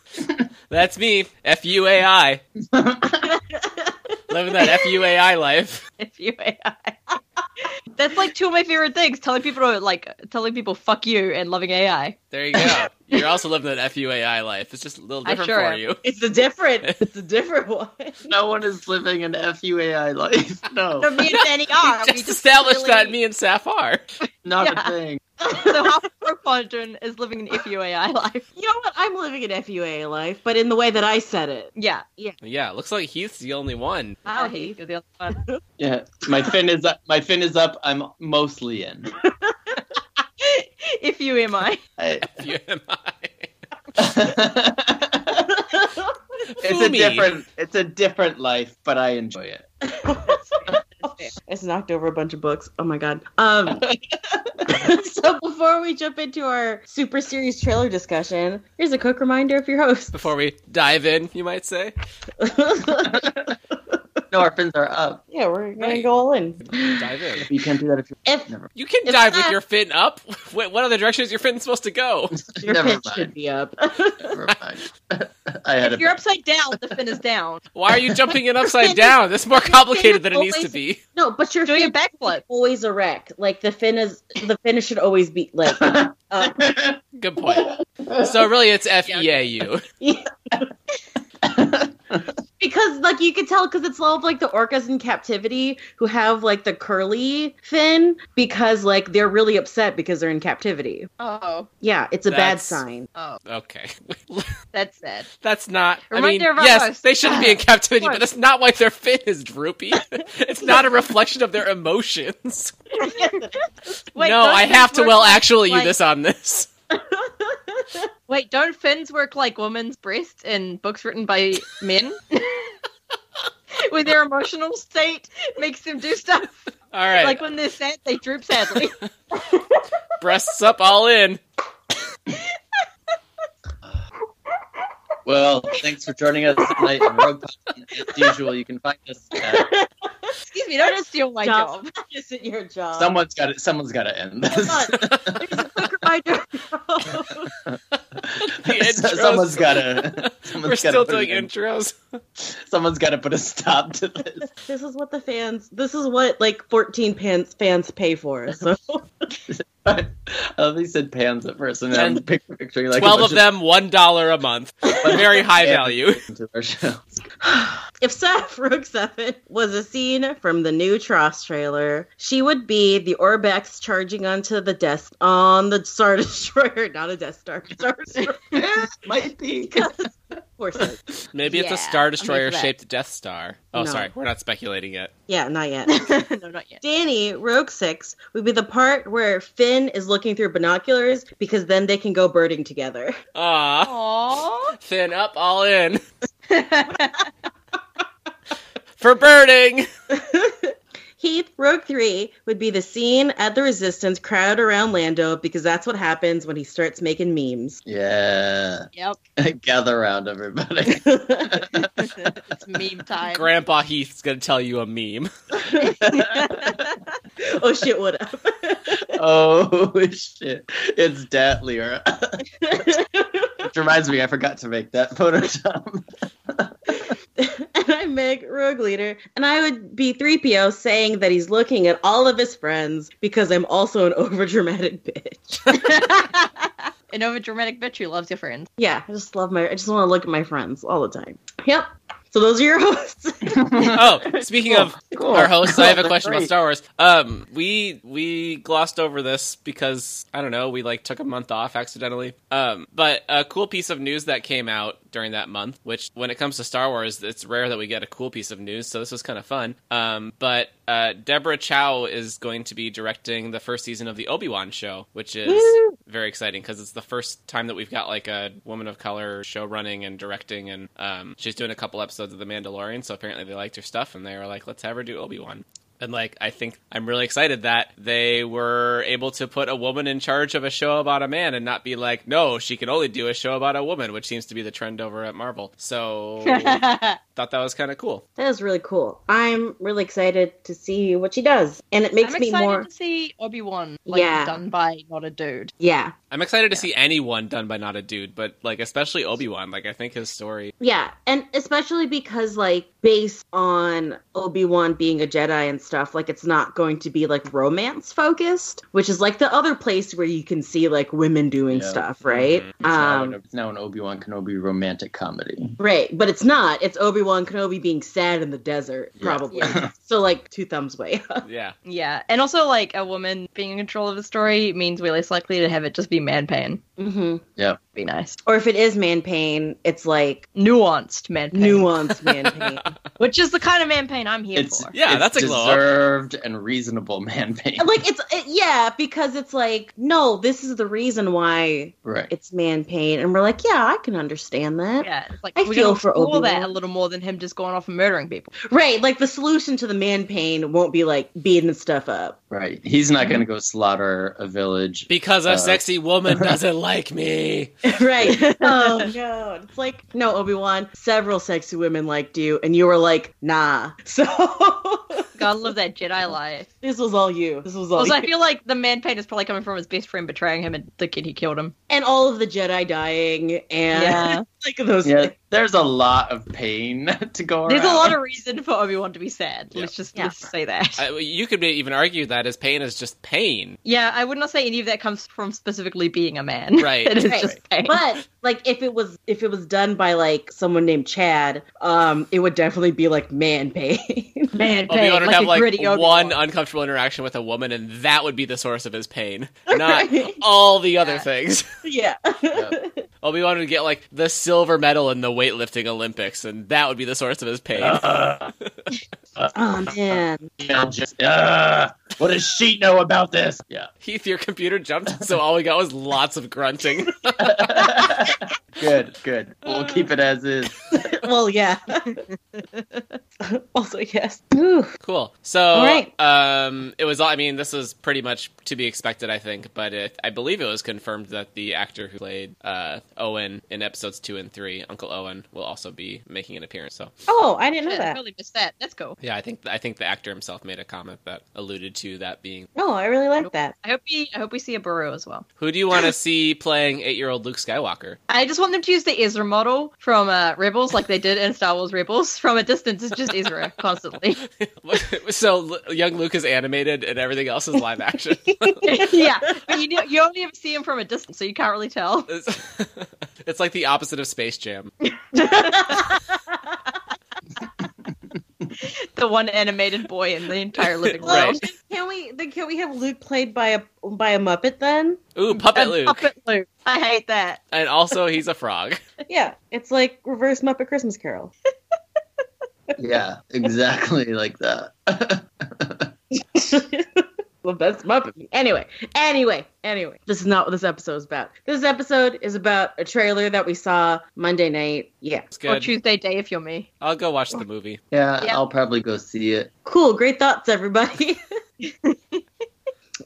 That's me. F U A I.
*laughs*
Living that F U A I life.
*laughs* if you AI. That's like two of my favorite things: telling people to like telling people "fuck you" and loving AI.
There you go. You're also living that FUAI life. It's just a little
I
different
sure
for
am.
you.
It's a different. It's a different one.
*laughs*
no one is living an FUAI life. *laughs*
No,
No,
me and Danny
*laughs*
are.
just,
we
established
really-
that me and Saf are.
not
yeah.
a thing.
So *laughs* half of our quadrant is living an if you AI *laughs* life.
You know what? I'm living an FUA life, but in the way that I said it.
Yeah.
Yeah, looks like Heath's the only one. *laughs*
Wow, Heath, you're the other one.
Yeah, my fin is up. My fin is up. I'm mostly in.
*laughs* if you am I.
I- *laughs*
FUMI.
it's a
Fumi.
different. It's a different life, but I enjoy it.
*laughs* It's knocked over a bunch of books. Oh my god. Um. *laughs* so before we jump into our super series trailer discussion, here's a quick reminder of your host.
Before we dive in, you might say.
No, our fins are up.
yeah, we're gonna
Right.
go all in.
Dive in.
You can't do that if you're.
If
Never.
You can
If
dive with
Saf-
your fin up. *laughs* Wait, what other direction is your fin supposed to go?
your
never
pitch
mind.
should be up.
Never mind. *laughs* I had
If
a.
you're upside down, the fin is down.
Why are you jumping it upside
fin-
down? That's more complicated than it needs to
always-
be.
No, but your
Doing a
fin
backflip.
always erect. Like the fin is the fin should always be
*laughs*
like up.
Good point. So really,
*laughs*
it's F E A U.
because like you could tell because it's all of like the orcas in captivity who have like the curly fin because like they're really upset because they're in captivity
*laughs* Oh,
yeah it's a bad
That's-
sign
oh,
Okay,
that's sad.
that's not. I mean,
Reminder of our
yes,
host.
they shouldn't be in captivity, but
Look.
that's not why their fin is droopy. *laughs* It's not a reflection of their emotions. no,
don't
I
fins
have to
work
well
like-
actually you
like-
this on this. *laughs*
Wait, don't fins work like women's breasts in books written by men? *laughs* when their emotional state makes them do stuff.
All right,
Like when they're sad, they droop sadly.
breasts up, all in.
Well, thanks for joining us tonight on Rogue Pod. As usual, you can find us. At,
Excuse me, don't steal my
Job.
job. *laughs*
isn't your
Um,
job
someone's got it. *laughs* Someone's got to end this.
Hold on. There's a quick reminder.
the intros.
someone's
*laughs*
gotta. someone's
We're still
put it
doing
in.
intros.
Someone's gotta put a stop to this.
*laughs*
*laughs*
This is what the fans. This is what like 14 pants fans pay for. So
I love he said pans at first, and then
And
I'm pic- picturing like a
Twelve of
bunch
them, one dollar a month.
*laughs*
*laughs* Very high
Yeah.
value.
to our show.
if Seth Rogue Seven was a scene from the new Tross trailer, she would be the Orbex charging onto the desk on the Star *laughs* Destroyer, not a Death Star. Star *laughs* Destroyer.
Yeah, *laughs* might be.
*laughs*
Of course it is.
Maybe it's
Yeah,
a Star
I'm into
Destroyer
that.
shaped Death Star. Oh,
No.
sorry, we're not speculating yet.
Yeah, not yet.
*laughs* no, not yet.
Danny Rogue Six would be the part where Finn is looking through binoculars because then they can go birding together.
Ah,
Aww.
thin up, all in
*laughs*
for
*laughs*
birding.
Heath Rogue Three would be the scene at the Resistance crowd around Lando because that's what happens when he starts making
*laughs*
memes.
Yeah, *laughs*
yep.
gather around everybody.
*laughs*
It's meme time.
Grandpa Heath's gonna tell you a meme.
oh shit! What up?
oh shit, it's *laughs* Datlier. Which reminds me, I forgot to make that *laughs* Photoshop.
and I'm Meg Rogue Leader, and I would be 3PO saying that he's looking at all of his friends because I'm also an *laughs* overdramatic bitch.
An overdramatic bitch who loves your friends.
yeah, I just love my. I just want to look at my friends all the time. Yep. So those are your *laughs* hosts.
Oh, speaking of
Cool.
our hosts, I
*laughs*
have a
Cool.
question about
Great.
Star Wars. Um, we we glossed over this because I don't know, we like took a month off accidentally. Um, but a cool piece of news that came out during that month, which when it comes to Star Wars, it's rare that we get a cool piece of news, so this was kind of fun. Um, but uh, Deborah Chow is going to be directing the first season of the Obi Wan show, which is
Woo!
very exciting because it's the first time that we've got like a woman of color show running and directing, and um, she's doing a couple episodes of The Mandalorian. So apparently they liked her stuff, and they were like, "Let's have her do Obi Wan." And like, I think I'm really excited that they were able to put a woman in charge of a show about a man and not be like, no, she can only do a show about a woman, which seems to be the trend over at Marvel.
*laughs*
So thought that was kind of cool.
That is really cool. I'm really excited to see what she does, and it makes
I'm
me
excited
more.
to see Obi Wan like
Yeah.
done by not a dude.
Yeah,
I'm excited to see anyone done by not a dude, but like especially Obi Wan. Like I think his story.
yeah, and especially because like based on Obi Wan being a Jedi and stuff, like it's not going to be like romance focused, which is like the other place where you can see like women doing
Yeah. Mm-hmm.
stuff, right?
Mhm.
It's now an-
Um,
it's now an Obi Wan Kenobi romantic comedy.
right, but it's not. It's Obi Wan Kenobi being sad in the desert,
Yeah.
probably.
Yeah.
so like two thumbs way. up.
Yeah.
Yeah, and also like a woman being in control of the story means we're less likely to have it just be man pain.
hmm
Be nice,
Or if it is man pain, it's like
nuanced man pain,
nuanced man pain.
which is the kind of man pain I'm here
It's
for.
Yeah,
it's
that's a glow up.
deserved and reasonable man pain.
like it's it, yeah because it's like no this is the reason why
right.
it's man pain and we're like yeah i can understand that
Yeah, it's like
I
we're
feel
gonna
for
explore
Obi-Wan.
that a little more than him just going off and murdering people.
right like the solution to the man pain won't be like beating stuff up *laughs*
Right. He's not going to go slaughter a village.
Because a
Uh, *laughs*
sexy woman doesn't like me.
*laughs*
right oh no it's like no obi-wan several sexy women liked you and you were like nah *laughs* so
Gotta love that Jedi *laughs* life.
this was all you this was all
Also, I
you.
feel like the man pain is probably coming from his best friend betraying him and the kid he killed him.
and all of the jedi dying and
Yeah.
*laughs* like those
Yeah, there's a lot of pain *laughs* to go
There's a
around.
*laughs*
lot of reason for Obi Wan to be sad.
Yeah.
Let's just
Yeah.
let's say that.
I, you could even argue that as pain is just pain.
yeah, I would not say any of that comes from specifically being a man.
Right.
*laughs* it is
Right.
just pain.
but like if it was if it was done by like someone named Chad, um, it would definitely be like man pain. *laughs*
man
Obi Wan would have like
gritty Obi-Wan.
one uncomfortable interaction with a woman, and that would be the source of his pain, not all the other
Yeah.
things. *laughs*
yeah.
Obi Wan would get like the silver medal in the weightlifting Olympics, and that would be the source of his pain.
Uh,
Oh man.
I'll just, uh, what does she know about this? Yeah.
*laughs* Heath, your computer jumped, so all we got was lots of grunting. *laughs*
good, good. We'll keep it as is.
*laughs* Well, yeah.
also yes.
Ooh.
Cool. So,
All right.
um, it was. all I mean, this was pretty much to be expected, I think. But it, I believe it was confirmed that the actor who played uh, Owen in episodes two and three, Uncle Owen, will also be making an appearance. So,
Oh, I didn't know
Shit, I
that.
really missed that. Let's go.
yeah, I think I think the actor himself made a comment that alluded to that being.
Oh, I really like that.
I hope we I hope we see a Burrow as well.
Who do
*laughs*
you want to see playing eight-year-old Luke Skywalker? *laughs*
I just want them to use the Ezra model from uh, Rebels, like they did in Star Wars Rebels. *laughs* From a distance, it's just Ezra constantly. *laughs*
so l- young Luke is animated, and everything else is
*laughs*
live action.
yeah, but you know- you only ever see him from a distance, so you can't really tell. *laughs*
it's, *laughs* it's like the opposite of Space Jam.
The one animated boy in the entire living room.
Well,
Right.
then can we then can we have Luke played by a by a Muppet then?
Ooh, puppet
A
Luke,
Puppet Luke. I hate that.
and also he's a frog.
Yeah, it's like reverse Muppet Christmas Carol.
Yeah, exactly *laughs* like that.
Well, that's Muppet. Anyway, anyway, anyway. This is not what this episode is about. This episode is about a trailer that we saw Monday night. Yeah.
Oh,
It's
Or
good.
Tuesday day if you're me.
I'll go watch the movie.
Yeah,
Yeah.
I'll probably go see it.
Cool. Great thoughts, everybody. *laughs* we,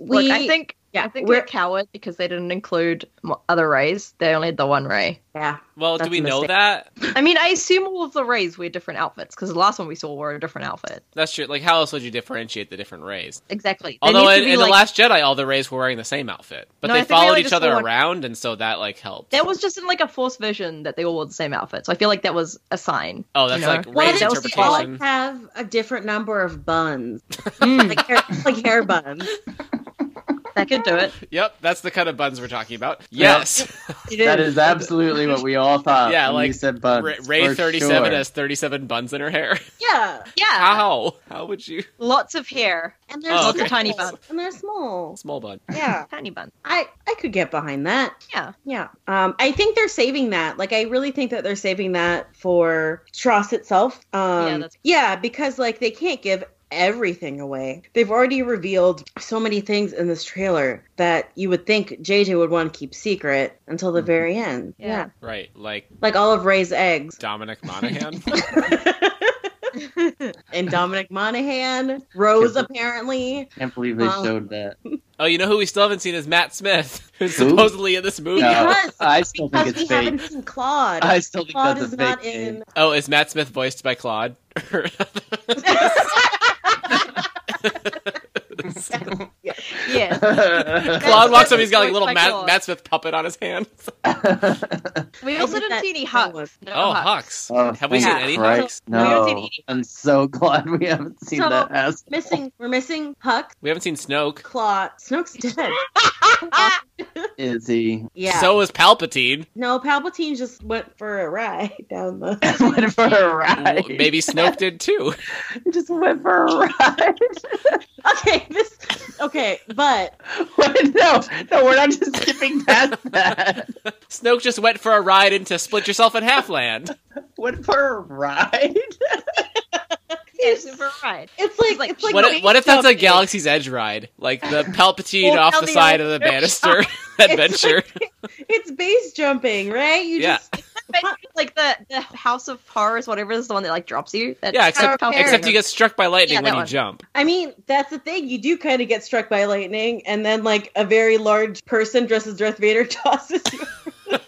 Look, I think
yeah,
I think
we're-
we're a coward because they didn't include mo- other rays. They only had the one *laughs* ray.
yeah.
Well,
That's
do we
a
know
mistake.
that?
I mean, I assume all of the rays wear different outfits because the last one we saw wore a different outfit.
That's true. Like, how else would you differentiate the different rays?
Exactly. There
Although
needs
in,
to be,
in
like-
the Last Jedi, all the rays were wearing the same outfit, but
No, I
they
think they
followed
only
each
just
other
wore-
around, and so that like helped.
That was just in like a force version that they all wore the same outfit. So I feel like that was a sign. *laughs*
oh, that's
you know.
like
Why
rays
did
Ray's
we all
interpretation.
have a different number of buns? like,
Hmm.
hair, like hair buns.
Mm, That could do it.
Yep, that's the kind of buns we're talking about. Yes,
That is absolutely what we all thought.
*laughs* Yeah,
when you
like,
said buns,
Ra- Ray
Uh, for
thirty seven
sure.
has thirty seven buns in her
*laughs*
hair.
Yeah.
Yeah,
How? How would you?
lots of hair,
And they're
Oh,
lots
okay.
of tiny buns,
And they're small.
Small bun.
Yeah.
tiny buns.
I I could get behind that.
Yeah,
Yeah. Um, I think they're saving that. Like, I really think that they're saving that for Tross itself. Um,
Yeah,
yeah,
that's-
because, like, they can't give everything away. They've already revealed so many things in this trailer that you would think JJ would want to keep secret until
Mm-hmm.
the very end.
Yeah.
Yeah.
Right, like
Like all of Ray's eggs.
Dominic
*laughs*
Monaghan.
and Dominic
*laughs*
Monaghan, Rose apparently.
Can't believe they
Wow.
showed that.
oh, you know who we still haven't seen is Matt Smith, *laughs* who's
Who?
supposedly in this movie.
No,
Because-
I still
Because
think
we
it's fake.
haven't seen Claude.
I still think
Claude
that's
is
a
not
fake
in.
Oh, is Matt Smith voiced by Claude? *laughs*
yeah.
*laughs* name.
Claude walks up. He's got like
Voiced
a little
by
Matt,
Claude.
Matt Smith puppet on his hand.
*laughs* We
I
also
think
didn't
that
see any
that
hucks.
was-
No
Oh,
hucks.
*laughs*
Hux.
Oh,
Have we
thank
seen any
Christ.
Hux?
No,
We haven't seen any.
I'm so glad we haven't seen
So,
that. Ass.
*laughs* Missing, we're missing Huck,
We haven't seen Snoke.
Claw, Snoke's dead.
Is *laughs* he?
Yeah.
So is Palpatine.
no, Palpatine just went for a ride *laughs* down the.
went for a ride.
W- Maybe Snoke did too.
He *laughs* just went for a ride. *laughs*
Okay, this. Okay, but
What? No, no, we're not just skipping
*laughs*
past that.
Snoke just went for a ride into Split Yourself in Half Land.
Went for a ride.
Yeah, super right.
it's like,
It's like-
it's like
What
waiting
if, what if that's a
something.
Galaxy's Edge ride? Like the Palpatine
Well,
off
tell
the
me
side of
all
the
your
banister *laughs* adventure.
It's base jumping, right? You
Yeah.
just
Like the, the House of Horrors, whatever is the one that like drops you. That's
Yeah, except-
Palpatine.
Except you get struck by lightning
Yeah,
when
that
you
one.
jump.
I mean, that's the thing. You do kind of get struck by lightning, and then like a very large person dressed as Darth Vader *laughs* tosses you.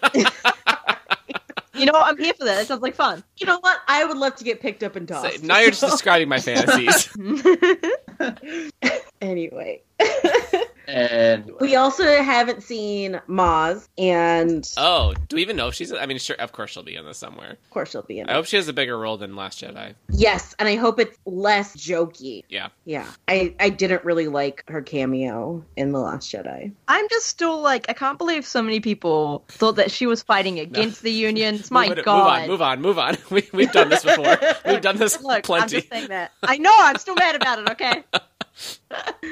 You know, what? I'm here for that. It sounds like fun. *laughs*
You know what? I would love to get picked up and
So,
tossed.
now you're
*laughs*
just
So,
describing my
*laughs*
fantasies.
anyway.
And oh,
We also haven't seen Maz, and
Oh, do we even know if she's? I mean, sure, of course she'll be in this somewhere.
of course she'll be in.
I hope she has a bigger role than Last Jedi.
Yes, and I hope it's less jokey.
Yeah.
Yeah. I, I didn't really like her cameo in The Last Jedi. *gasps*
I'm just still like, I can't believe so many people thought that she was fighting against
*laughs*
the unions. My
Move it-
God.
Move on, move on, *laughs* move on. We, we've done this before.
*laughs*
We've done this
Look, I'm
plenty.
just saying that. *laughs* I know. I'm still mad about it. Okay.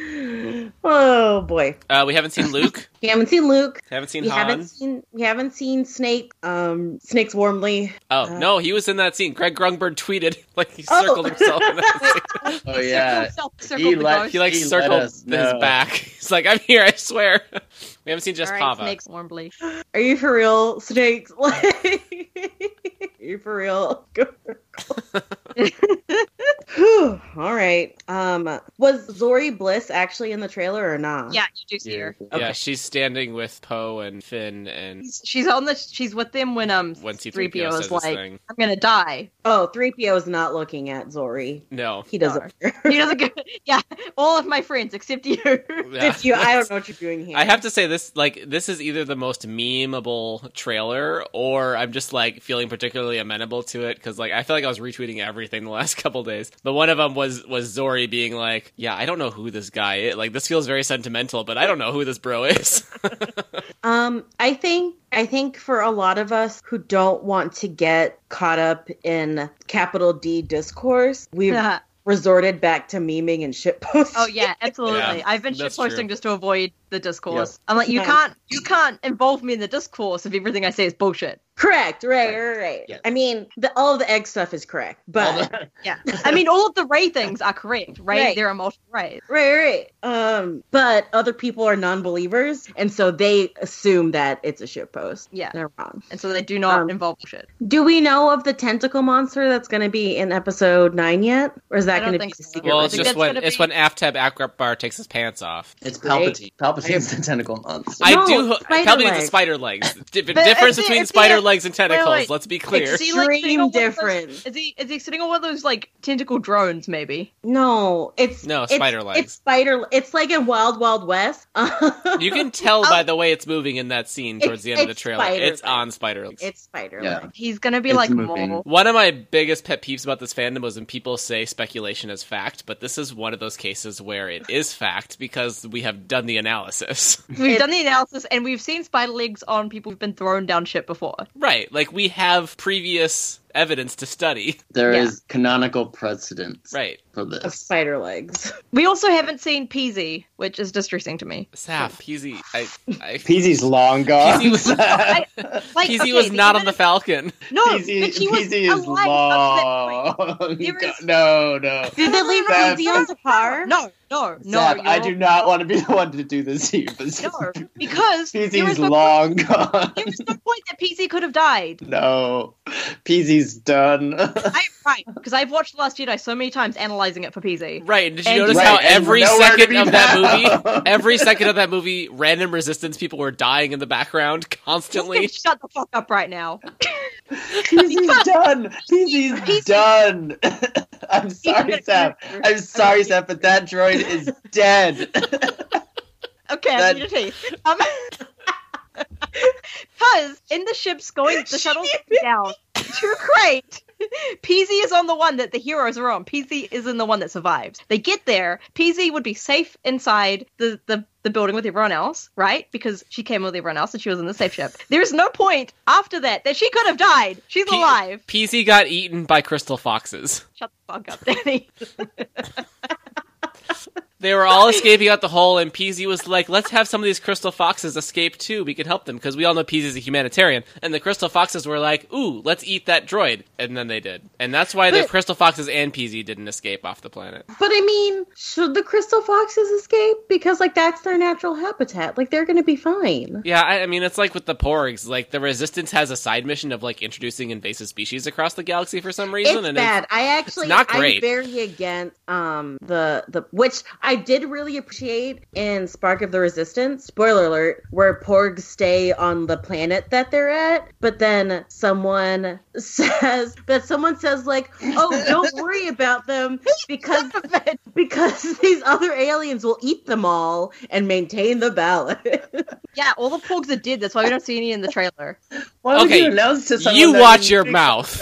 Oh boy.
Uh, we haven't seen
*laughs*
Luke.
We haven't seen Luke.
haven't seen
We
Han.
haven't seen we haven't seen Snake. Um Snake's warmly.
oh
uh,
no, he was in that scene. Greg Grunberg tweeted *laughs* like he
Oh.
circled himself. In
*laughs*
that
oh yeah,
Circle, circle,
he
the
let
ghost.
scene. He like
He let
circled
us
his
know.
back. *laughs* He's like, I'm here. I swear. *laughs* We haven't seen just
All right,
Pava.
Snakes warmly.
Are you for real, Snake? *laughs* Like, Are you for real? *laughs* All right. Um, was Zori Bliss actually in the trailer or not?
*gasps* Yeah, you do see her.
Yeah, she's standing with Poe and Finn, and
She's, she's on the. She's with them when um
when C
three PO
says
is
this
like,
thing,
"I'm gonna die."
Oh, 3PO is not looking at Zori.
*laughs*
no,
He doesn't.
He doesn't. Go, *laughs* yeah, all of my friends except you. *laughs*
Yeah.
It's you. I don't know what you're doing here.
I have to say this like this is either the most memeable trailer or I'm just like feeling particularly amenable to it cuz like I feel like I was retweeting everything the *laughs* last couple days. But one of them was was Zori being like, "Yeah, I don't know who this guy is. Like this feels very sentimental, but I don't know who this bro is." *laughs*
Um, I think I think for a lot of us who don't want to get caught up in capital D discourse, we've *laughs* resorted back to memeing and shitposting.
Oh yeah,
*laughs*
absolutely.
Yeah,
I've been
that's true.
shitposting just to avoid the discourse. I'm like, you
Nice.
can't, you can't involve me in the discourse if everything I say is bullshit.
correct. Right, right, right.
Yes.
I mean, the, all of the egg stuff is correct, but
All
Yeah, I mean, all of the Ray things are correct. Ray,
Right.
there are multiple Rays.
*laughs* right, right. Um, but other people are non-believers, and so they assume that it's a shitpost.
Yeah,
They're wrong.
and so they do not
Um,
involve bullshit.
Do we know of the tentacle monster that's going to be in episode nine yet, or is that
I don't
going to be
think
a
so.
secret?
well,
I
it's
think
just
that's
when
gonna
it's
be-
when Aftab Akbar takes his pants off.
*laughs* It's
Great.
Palpatine. Palpatine's the tentacle monster.
I
No,
do.
spider
Palpatine's
legs.
a spider legs. Di-
But
difference
if they-
between
if they-
spider legs and
wait,
tentacles.
wait.
let's be clear.
see, like,
Extreme
sitting on one of those-
difference.
Is he is he sitting on one of those like tentacle drones? Maybe.
No, it's
No,
it's-
spider legs.
It's spider. It's like in Wild Wild West. *laughs*
You can tell by the way it's moving in that scene towards the end of the
It's- it's
trailer.
spider legs.
It's on spider legs.
It's spider
Yeah.
legs.
He's gonna be
It's
like
moving.
more.
One of my biggest pet peeves about this fandom was when people say speculation is fact, but this is one of those cases where it is fact because we have done the analysis. *laughs*
We've done the analysis and we've seen spider legs on people who've been thrown down shit before.
right. Like we have previous evidence to study.
There
Yeah.
is canonical precedence
Right.
for
Of
this.
spider *laughs* legs.
We also haven't seen Peasy, which is distressing to me.
Saf, Peasy I I
Peasy's long gone.
Peasy was,
*laughs*
*laughs*
I- Like,
Peasy
okay,
was not on the
even
Falcon.
if- no, Oh, but she was
Peasy is
alive up to that point.
long.
There
*laughs*
is-
No, no.
Did they leave
Zap.
Lindsay on par?
No, no, no.
Zap, I
you're-
do not want to be the one to do this to you. But *laughs*
No, because there
Peasy's
was no
long
point-
gone. *laughs*
There was no point that Peasy could have died.
No. Peasy's done.
I am right because I've watched The Last Jedi so many times analyzing it for Peasy.
Right. And did you
And-
notice
Right,
how
and
every
nowhere to
second
be
of that
found. *laughs*
movie every second of that movie, random resistance people were dying in the background
Just
constantly.
gonna shut the fuck up right now.
Peasy's done. Peasy's
Peasy's-
done. *laughs* I'm *laughs* sorry,
gonna-
Zap. I'm sorry, Zap, but that droid is dead.
*laughs* Okay,
That-
I need to tell you. Um, *laughs* because in the ships going,
*laughs*
the *laughs* shuttle's going down to crate. PZ is on the one that the heroes are on. PZ is in the one that survives. They get there. PZ would be safe inside the, the, the building with everyone else, right? Because she came with everyone else and she was in the safe ship. There is no point after that that she could have died. She's
P-
alive.
Peasy got eaten by crystal foxes.
Shut the fuck up, Danny. *laughs*
They were all escaping out the hole, and Peasy was like, "Let's have some of these crystal foxes escape too. We can help them because we all know Peasy's a humanitarian." And the crystal foxes were like, "Ooh, let's eat that droid," and then they did, and that's why the
But-
crystal foxes and Peasy didn't escape off the planet.
But I mean, should the crystal foxes escape? Because like that's their natural habitat. Like they're going to be fine.
Yeah, I, I mean, it's like with the Porgs. Like the Resistance has a side mission of like introducing invasive species across the galaxy for some reason,
It's
and
bad. I actually,
not great.
I'm very against um, the the which I did really appreciate in Spark of the Resistance. Spoiler alert: where Porgs stay on the planet that they're at, but then someone *laughs* says, but someone says like, "Oh, don't worry about them because *laughs* because these other aliens will eat them all and maintain the balance." *laughs*
yeah, all the porgs are dead. That's why we don't see any in the trailer.
Why would
Okay,
you announce to
it's
someone
you
that
watch your mouth.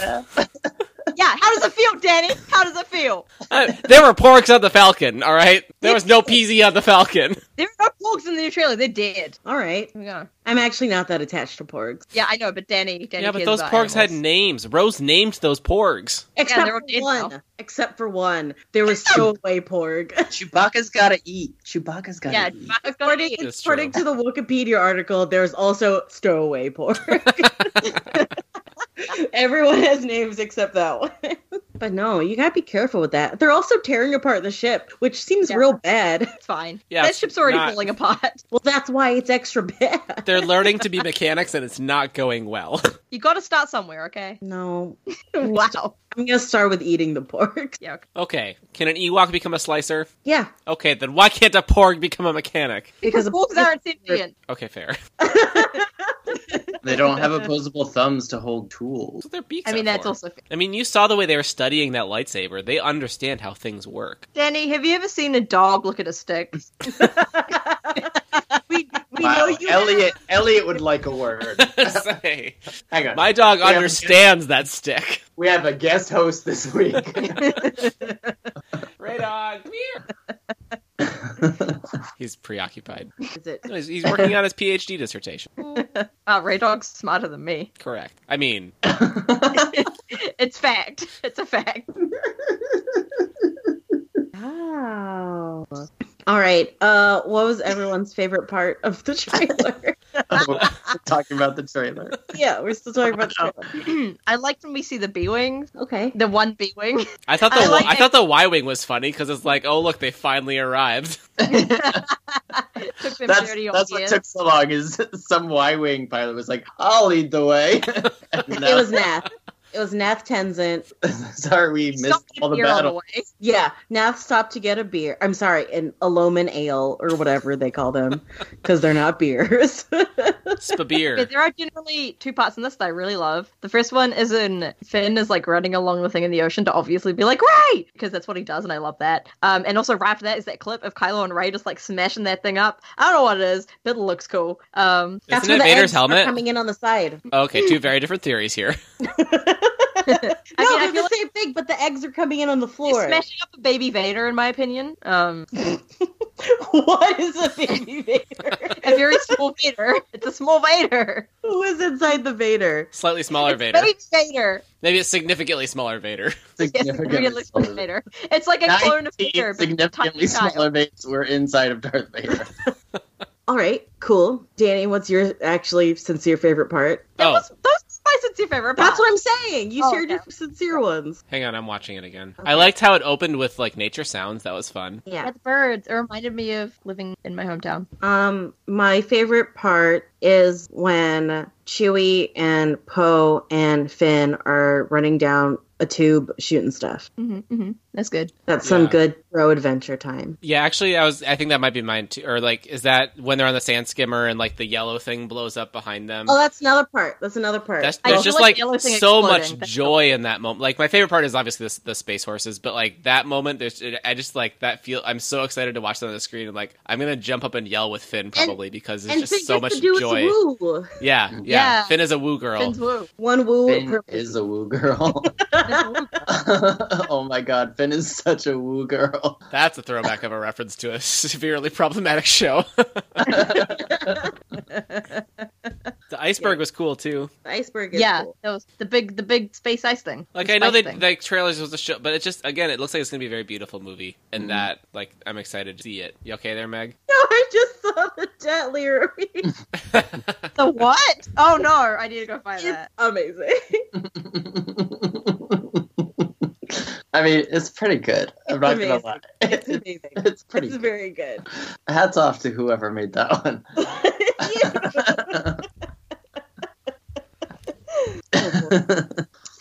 Yeah, how does it feel, Danny? How does it feel?
*laughs* Uh, there were Porgs on the Falcon. All right, there was no Peasy on the Falcon.
There are no porgs in the new trailer. They're dead.
all right,
Here we go.
I'm actually not that attached to Porgs,
Yeah, I know, but Danny, Danny
Yeah, but
cares
those
about
Porgs had
animals.
names. Rose named those Porgs.
except
they're all
for
dead
one.
now.
Except for one, there was stowaway Porg.
Chewbacca's gotta eat. Chewbacca's gotta
Yeah,
eat.
Chewbacca's got
According,
eight.
That's
according to the Wikipedia article, there's also stowaway pork. Everyone has names except that one. but no, you gotta be careful with that. They're also tearing apart the ship, which seems
Yeah.
real bad.
It's fine.
Yeah,
that
it's
ship's already
not-
falling apart. *laughs*
Well, that's why it's extra bad.
They're learning to be mechanics and it's not going well.
You got to start somewhere, okay?
No,
wow.
*laughs* I'm gonna start with eating the pork.
Yeah. Okay.
Okay, can an Ewok become a slicer?
Yeah,
Okay, then why can't a Porg become a mechanic?
because
Because
a
wolves aren't sentient.
Okay, fair.
They don't have opposable thumbs to hold tools.
That's what their beaks
I mean,
are
that's
for.
also. Fair.
I mean, you saw the way they were studying that lightsaber. They understand how things work. *laughs*
Danny, have you ever seen a dog look at
*laughs*
a stick?
we *laughs* we
Wow.
know you.
Elliot, Elliot would like a word.
Say,
Hang on,
My dog
Yeah, I'm
understands that stick.
we have a guest host this
*laughs*
week. *laughs*
Right on. Come here. He's preoccupied.
Is it? *laughs*
No, he's, he's working on his PhD dissertation.
Ah, Ray Dog's smarter
*laughs*
than me. *laughs*
Correct. I mean,
it's fact. It's a fact. *clears throat*
Wow. All right. Uh, what was everyone's favorite part of the *laughs* trailer?
talking about the trailer.
yeah, we're still talking about the trailer.
I liked when we see the B wing,
Okay.
the one B *laughs* wing.
I thought the
I
I,
like
I
it.
thought the Y wing was funny because it's like, oh look, they finally
*laughs*
arrived.
Took them
That's,
thirty odd
that's what
years.
took so long. Is *laughs* some Y wing pilot was like, "I'll lead the way." *laughs* And
It
now-
was Nath. It was Nath Tenzin.
*laughs* sorry, we missed
Stopped
all the
here on
battle.
way.
Yeah, Nath stopped to get a beer. I'm sorry, an Aloman ale or whatever they call them, because they're not beers.
Yeah,
Spabir.
there are generally two parts in this that I really love. The first one is in Finn is like running along the thing in the ocean to obviously be like Ray because that's what he does, and I love that. Um, and also right after that is that clip of Kylo and Ray just like smashing that thing up. I don't know what it is, but it looks cool. Um,
That's
Isn't
when
it
the
Vader's
eggs are
helmet?
coming in on the side.
Okay, two very different theories here. *laughs*
I
no,
mean, I
they're
feel
the same thing, but the eggs are coming in on the
like
floor.
he's smashing up a baby Vader, in my opinion. Um,
*laughs* what is a baby Vader?
a *laughs* very small Vader. It's a small Vader.
*laughs* Who is inside the Vader?
Slightly smaller
It's
Vader.
Baby Vader.
Maybe it's significantly smaller Vader.
Yes, it's
Significantly
*laughs*
really small
smaller.
Vader. It's like a clone of Vader,
19
but it's a
significantly
tiny
smaller
child.
mates were inside of Darth
*laughs*
Vader.
All right, cool. Danny, what's your actually sincere favorite part?
*laughs*
That
Oh.
was, those are my sincere favorite.
That's
parts.
what I'm saying. You
Oh,
shared your
okay.
sincere ones.
Hang on, I'm watching it again. I liked how it opened with like nature sounds. That was fun.
Yeah.
Yeah, the birds. It reminded me of living in my hometown.
Um, my favorite part is when Chewie and Poe and Finn are running down a tube shooting stuff.
hmm hmm That's good.
That's some
Yeah.
good row adventure time.
Yeah, actually, I was. I think that might be mine too. Or like, is that when they're on the sand skimmer and like the yellow thing blows up behind them?
Oh, that's another part. That's another part.
That's,
I
there's
do
just
like
like,
the yellow thing
so much
exploding. That's
joy in that moment. Like my favorite part is obviously this, the space horses, but like that moment, there's I just like that feel. I'm so excited to watch that on the screen, and like I'm gonna jump up and yell with Finn probably because there's
and
just
Finn
so
gets
much
to do
joy.
his woo.
Yeah, yeah,
Yeah.
Finn is a woo girl.
Finn's woo.
One woo
Finn
per-
is a
*laughs*
woo girl. *laughs* oh my god, Finn is such a woo girl.
That's a throwback of a reference to a *laughs* severely problematic
*laughs*
show. the iceberg was cool too.
The iceberg is
Yeah,
cool. *laughs*
that was the big, the big space ice thing.
Like
The
I know they
spice thing.
like trailers was a show, but it just again it looks like it's gonna be a very beautiful movie, and that like I'm excited to see it. You okay there, Meg?
No, I just saw the Detlier. *laughs* It's
the what? Oh no, I need to go find that.
amazing. *laughs*
I mean, it's pretty good. I'm not gonna
amazing.
lie. *laughs*
*laughs*
It's amazing.
It's pretty.
It's
good.
very good.
Hats off to whoever made that one.
*laughs*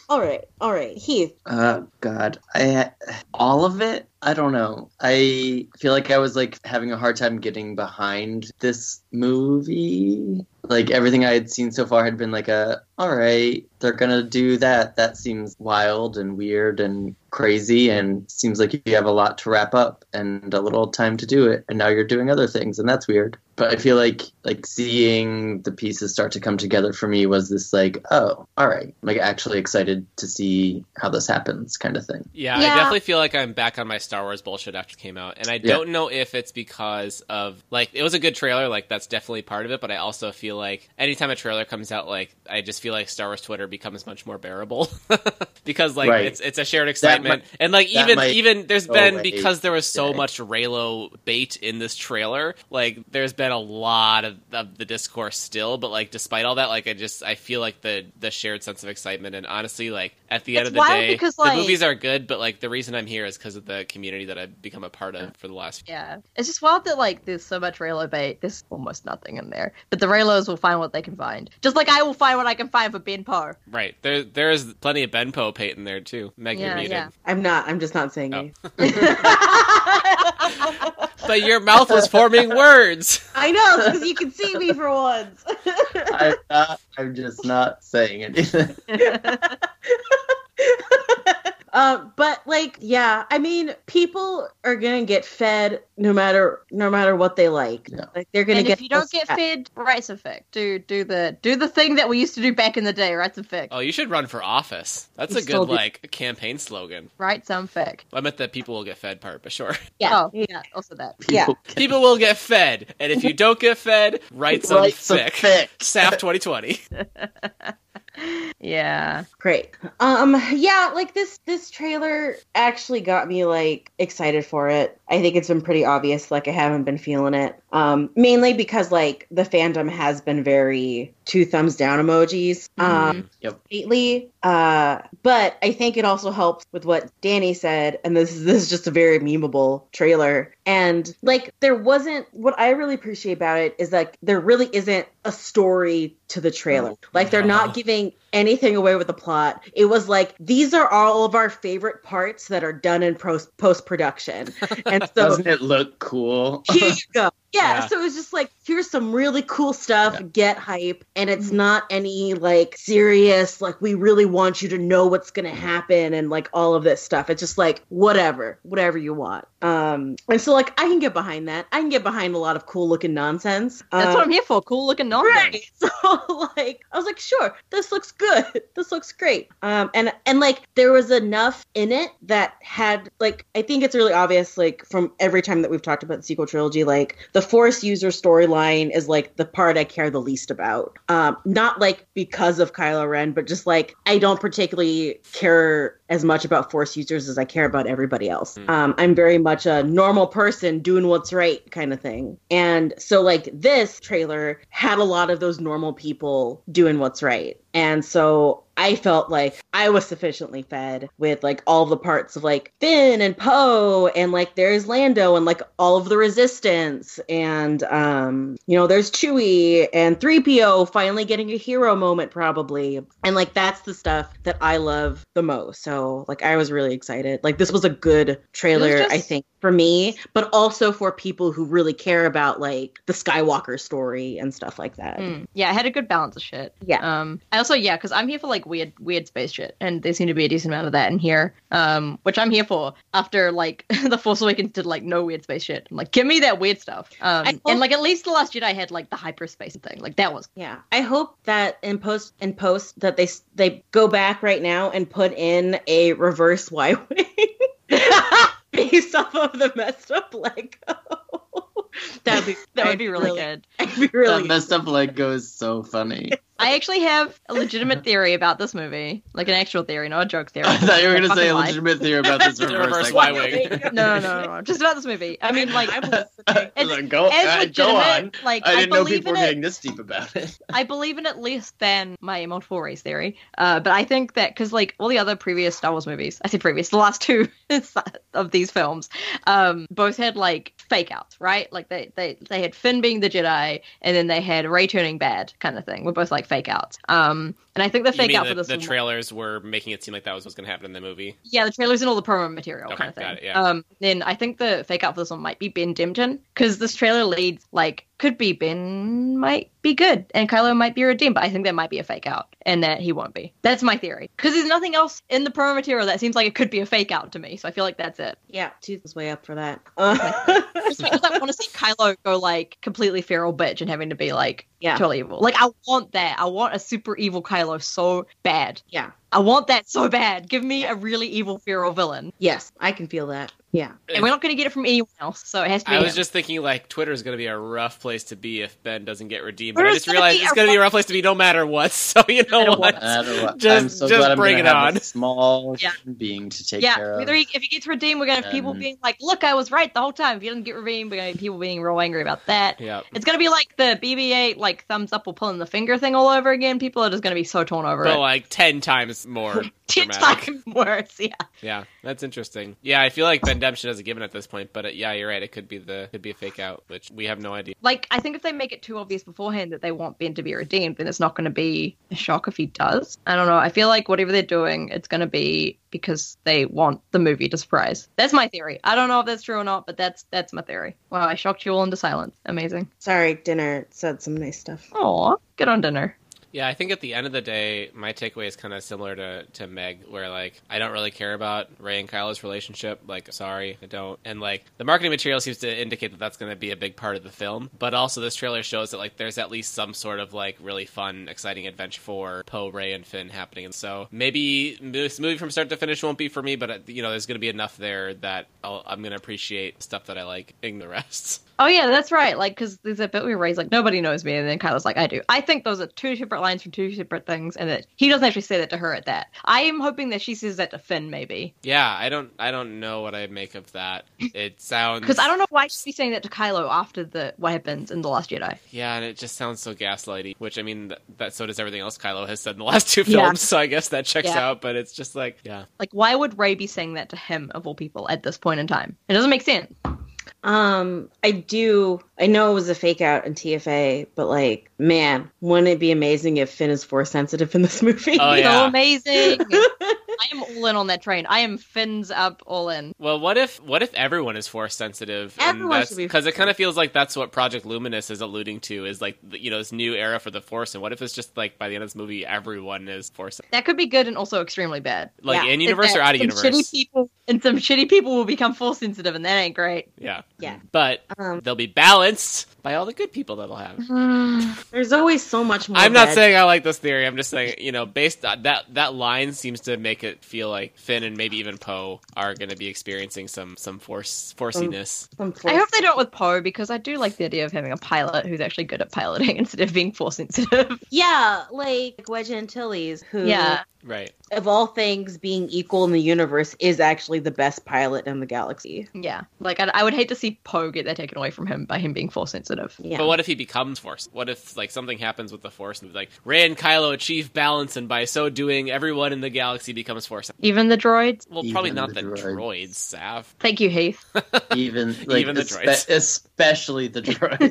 all right, all right. Heath,
Oh God, I all of it. I don't know. I feel like I was like having a hard time getting behind this movie. Like everything I had seen so far had been like a all right, they're gonna do that. That seems wild and weird and crazy, and seems like you have a lot to wrap up and a little time to do it. And now you're doing other things, and that's weird. But I feel like like seeing the pieces start to come together for me was this like oh all right, like actually excited to see how this happens kind of *laughs* thing.
Yeah, I
Yeah.
definitely feel like I'm back on my Star Wars bullshit after it came out, and I don't know if it's because of like it was a good trailer, like that's definitely part of it, but I also feel like anytime a trailer comes out, like I just feel like Star Wars Twitter becomes much more bearable. *laughs* because like
Right.
it's it's a shared excitement and like
that
even
might
even there's
go
been
away
because there was so
today.
much Raylo bait in this trailer like there's been a lot of, of the discourse still but like despite all that like I just I feel like the the shared sense of excitement and honestly like at the end
It's
of the
wild
day
because,
the
like-
movies are good but like the reason I'm here is because of the community that I've become a part of for the last
Yeah, it's just wild that like there's so much Raylo bait. There's almost nothing in there, but the Raylos will find what they can find. Just like I will find what I can find for Ben Poe.
right there there is plenty of Benpo Pate in there too Meg you're
Yeah,
muted.
yeah.
I'm not. I'm just not saying
Oh.
it. *laughs*
but your mouth was forming words
I know because you can see me for once.
I'm, not, I'm just not saying anything.
*laughs* Uh, but like, yeah, I mean, people are gonna get fed no matter no matter what they like.
Yeah.
Like they're gonna
and
get.
if you don't
those
get
fat-
fed, write some fic. Do do the do the thing that we used to do back in the day. Write some fic.
Oh, you should run for office. That's
You
a
still
good
do-
like campaign slogan.
Write some fic.
Well, I meant that people will get fed part, but sure. *laughs*
Yeah.
Oh yeah, also that.
Yeah.
people will get fed, and if you don't get fed, write some
Write some
thick.
fic.
SAF 2020.
Yeah.
Great. Um yeah, like this this trailer actually got me like excited for it. I think it's been pretty obvious like I haven't been feeling it. Um mainly because like the fandom has been very two thumbs down emojis. Um
Yep.
lately. Uh, but I think it also helps with what Danny said, and this is, this is just a very memeable trailer. And like, there wasn't what I really appreciate about it is like there really isn't a story to the trailer. Like they're not giving anything away with the plot. It was like these are all of our favorite parts that are done in post production, and so
Doesn't it look cool?
here *laughs* you go. Yeah,
Yeah.
so it's just like here's some really cool stuff. Get hype, and it's
Mm-hmm.
not any like serious like we really want you to know what's gonna happen and like all of this stuff. It's just like whatever, whatever you want. Um, and so like I can get behind that. I can get behind a lot of cool looking nonsense.
That's
Um,
what I'm here for. Cool looking nonsense.
Right. So *laughs* like I was like, sure, this looks good. *laughs* This looks great. Um and and like there was enough in it that had like I think it's really obvious like from every time that we've talked about the sequel trilogy, like the force user storyline is like the part I care the least about. Um not like because of Kylo Ren, but just like I don't particularly care as much about force users as I care about everybody else.
Mm.
Um, I'm very much a normal person doing what's right kind of thing. And so, like, this trailer had a lot of those normal people doing what's right. And so I felt like I was sufficiently fed with like all the parts of like Finn and Poe and like there's Lando and like all of the resistance and um you know there's Chewie and 3PO finally getting a hero moment probably and like that's the stuff that I love the most. So like I was really excited. Like this was a good trailer
just-
I think for me, but also for people who really care about like the Skywalker story and stuff like that.
Mm. Yeah, I had a good balance of shit.
Yeah.
Um. I also yeah, because I'm here for like weird, weird space shit, and there seemed to be a decent amount of that in here. Um, which I'm here for. After like *laughs* the Force Awakens did like no weird space shit. I'm like, give me that weird stuff. Um,
I hope-
and like at least the Last Jedi had like the hyperspace thing. Like that was
Yeah, I hope that in post in post that they they go back right now and put in a reverse *laughs* Y wing based off of the messed up Lego. That'd be
that would be really, good.
That'd be really
That messed up Lego is so funny. *laughs*
I actually have
*laughs*
a legitimate theory about this movie, like an actual theory, not a joke theory.
*laughs* I thought you were going
Like,
to
fucking
say a
lie.
legitimate theory about
*laughs*
this
The
reverse,
reverse
Lego.
Y-wing.
*laughs*
No, no, no, no, just about this movie. I mean, like.
*laughs*
As-
Look, go,
as
uh, go on.
legitimate, like
I didn't know
believe
people
in
were
it.
getting this deep about
*laughs*
it.
I believe in it less than my multiple race theory, uh, but I think that because like all the other previous Star Wars movies, I said previous, the last two *laughs* of these films, um, both had like fake outs, right? Like they they they had Finn being the Jedi, and then they had Ray turning bad, kind of thing. We're both like fake outs, um, and I think the
You
fake
mean
out
the,
for this
the
one-
trailers were making it seem like that was what's going to happen in the movie.
yeah, the trailers and all the promo material
Okay,
kind of thing.
got it, yeah.
Um, then I think the fake out for this one might be Ben Dempton because this trailer leads like could be Ben might be good and Kylo might be redeemed, but I think that might be a fake out and that he won't be. That's my theory because there's nothing else in the promo material that seems like it could be a fake out to me. So I feel like that's it.
yeah. Tooth is way up for that. Uh, *laughs*
Just because I want to see Kylo go like completely feral bitch and having to be like
Yeah.
totally evil. Like I want that. I want a super evil Kylo so bad.
yeah.
I want that so bad. Give me a really evil feral villain.
Yes, I can feel that. Yeah.
and we're not going to get it from anyone else, so it has to be.
I was
him.
just thinking like Twitter is going to be a rough place to be if Ben doesn't get redeemed. But I
Twitter's
just
gonna
realized
be
it's
a
going to be a rough place to be no matter what. *laughs* So you know
matter
what?
what.
I don't know.
Just-
I'm so
just
glad I'm
bring
gonna
it
have
on.
a small
*laughs* Yeah.
human being to take care
yeah,
of.
whether he, if he gets redeemed, we're gonna have people
Um,
being like, "Look, I was right the whole time." If he doesn't get redeemed, we're gonna have people being real angry about that.
Yeah.
It's gonna be like the BB-8, like thumbs up or pulling the finger thing all over again. People are just gonna be so torn over
But
*laughs* it.
like ten times
*laughs*
more.
Ten
dramatic.
times *laughs* worse, yeah.
Yeah, that's interesting. Yeah, I feel like Ben Demption is a given at this point, but uh, yeah, you're right. It could be the could be a fake out, which we have no idea.
Like, I think if they make it too obvious beforehand that they want Ben to be redeemed, then it's not gonna be a shock if he does. I don't know. I feel like whatever they're doing, it's gonna be because they want the movie to surprise. That's my theory. I don't know if that's true or not, but that's that's my theory. Wow, I shocked you all into silence. Amazing.
Sorry, dinner said some nice stuff.
Aw, good on dinner.
Yeah, I think at the end of the day, my takeaway is kind of similar to to Meg, where like I don't really care about Ray and Kyla's relationship. Like, sorry, I don't. And like the marketing material seems to indicate that that's going to be a big part of the film. But also, this trailer shows that like there's at least some sort of like really fun, exciting adventure for Poe, Ray, and Finn happening. And so maybe this movie from start to finish won't be for me, but uh, you know, there's going to be enough there that I'll, I'm going to appreciate stuff that I like in the rest. *laughs*
Oh yeah, that's right. Like, because there's a bit where Ray's like, "Nobody knows me," and then Kyla's like, "I do." I think those are two separate lines from two separate things, and that he doesn't actually say that to her at that. I am hoping that she says that to Finn, maybe,
Yeah, I don't, I don't know what I make of that. It sounds
*laughs* because I don't know why she's saying that to Kylo after the what happens in the Last Jedi.
Yeah, and it just sounds so gaslighty. Which I mean, th- that so does everything else Kylo has said in the *laughs* last two
Yeah.
films. So I guess that checks
Yeah.
out. But it's just like, yeah,
Like, why would Ray be saying that to him of all people at this point in time? It doesn't make sense.
Um, I do. I know it was a fake out in TFA, but like, man, wouldn't it be amazing if Finn is force sensitive in this *laughs* movie?
Oh,
so
yeah. *laughs*
amazing. I am all in on that train. I am Finn's up, all in.
Well, what if what if everyone is force sensitive?
Everyone should be
because it kind of feels like that's what Project Luminous is alluding to is like the, you know this new era for the force. And what if it's just like by the end of this movie, everyone is force
That could be good and also extremely bad.
like
Yeah.
in universe or out of
Some
universe?
Shitty people and some shitty people will become force sensitive, and that ain't great.
Yeah,
Yeah.
But
Um,
they'll be balanced by all the good people that'll have.
There's always so much more.
I'm not
bad-
saying I like this theory. I'm just saying, you know, based on that that line seems to make it feel like Finn and maybe even Poe are going to be experiencing some some force forciness.
some
I
force-
hope they do it with Poe because I do like the idea of having a pilot who's actually good at piloting *laughs* instead of being
*laughs*
force sensitive.
Yeah, like Wedge Antilles, who,
Yeah.
Right.
of all things being equal in the universe, is actually the best pilot in the galaxy.
Yeah, like I, I would hate to see Poe get that taken away from him by him being force sensitive.
Yeah.
But what if he becomes force? What if like something happens with the force and like Ray and Kylo achieve balance and by so doing everyone in the galaxy becomes force?
Even the droids.
Well, probably
Even
not the
the
droids,
droids.
Sav.
Thank
*laughs*
you, Heath.
*laughs* Even like
Even the
espe-
droids.
especially
*laughs*
the droids.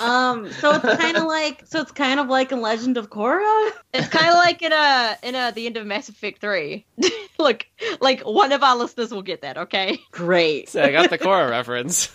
*laughs*
um, so it's kind of *laughs* like, so it's kind of like in Legend of Korra.
It's kind of like in a in a the end of Mass Effect Three. *laughs* Look, like one of our listeners will get that. Okay.
Great.
So I got the Korra reference.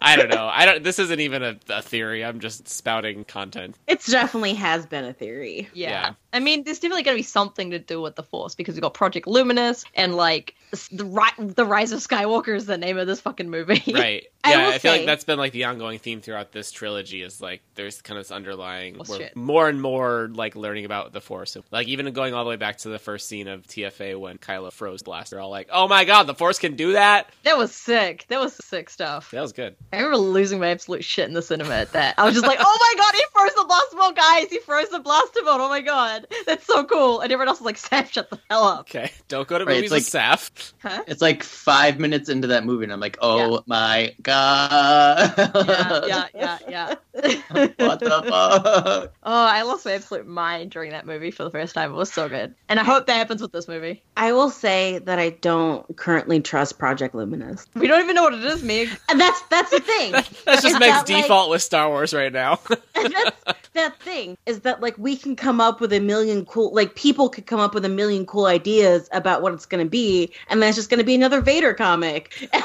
I don't know. I don't. This isn't even a, a theory. I'm just spouting content.
It's definitely has been a theory.
Yeah.
Yeah.
I mean, there's definitely going to be something to do with the Force because we've got Project Luminous and like s- the ri- the Rise of Skywalker is the name of this fucking movie. *laughs*
right
I
yeah i,
will
feel like
say-
that's been like the ongoing theme throughout this trilogy is like there's kind of this underlying
Oh,
we're
shit.
more and more like learning about the force like even going all the way back to the first scene of tfa when kylo froze blast they're all like oh my god the force can do that
That was sick. That was sick stuff.
that was good
I remember losing my absolute shit in the cinema at that. I was just like, *laughs* oh my god, he froze the blaster bolt, guys! He froze the blaster bolt! Oh my god, that's so cool! And everyone else was like, Sam, shut the hell up.
okay *laughs* don't go to
Right,
movies
it's
with saf *laughs*
Huh?
it's like five minutes into that movie, and I'm like, oh my god,
Yeah, yeah,
*laughs*
yeah, yeah.
*laughs* what the fuck?
*laughs* Oh, I lost my absolute mind during that movie for the first time. It was so good. And I hope that happens with this movie.
I will say that I don't currently trust Project Luminous.
We don't even know what it is, Meg.
And that's that's the thing. *laughs*
that's just
Is
meg's
that, like-
default with star wars right now *laughs*
that's that thing is that like we can come up with a million cool like people could come up with a million cool ideas about what it's going to be and that's just going to be another Vader comic. *laughs*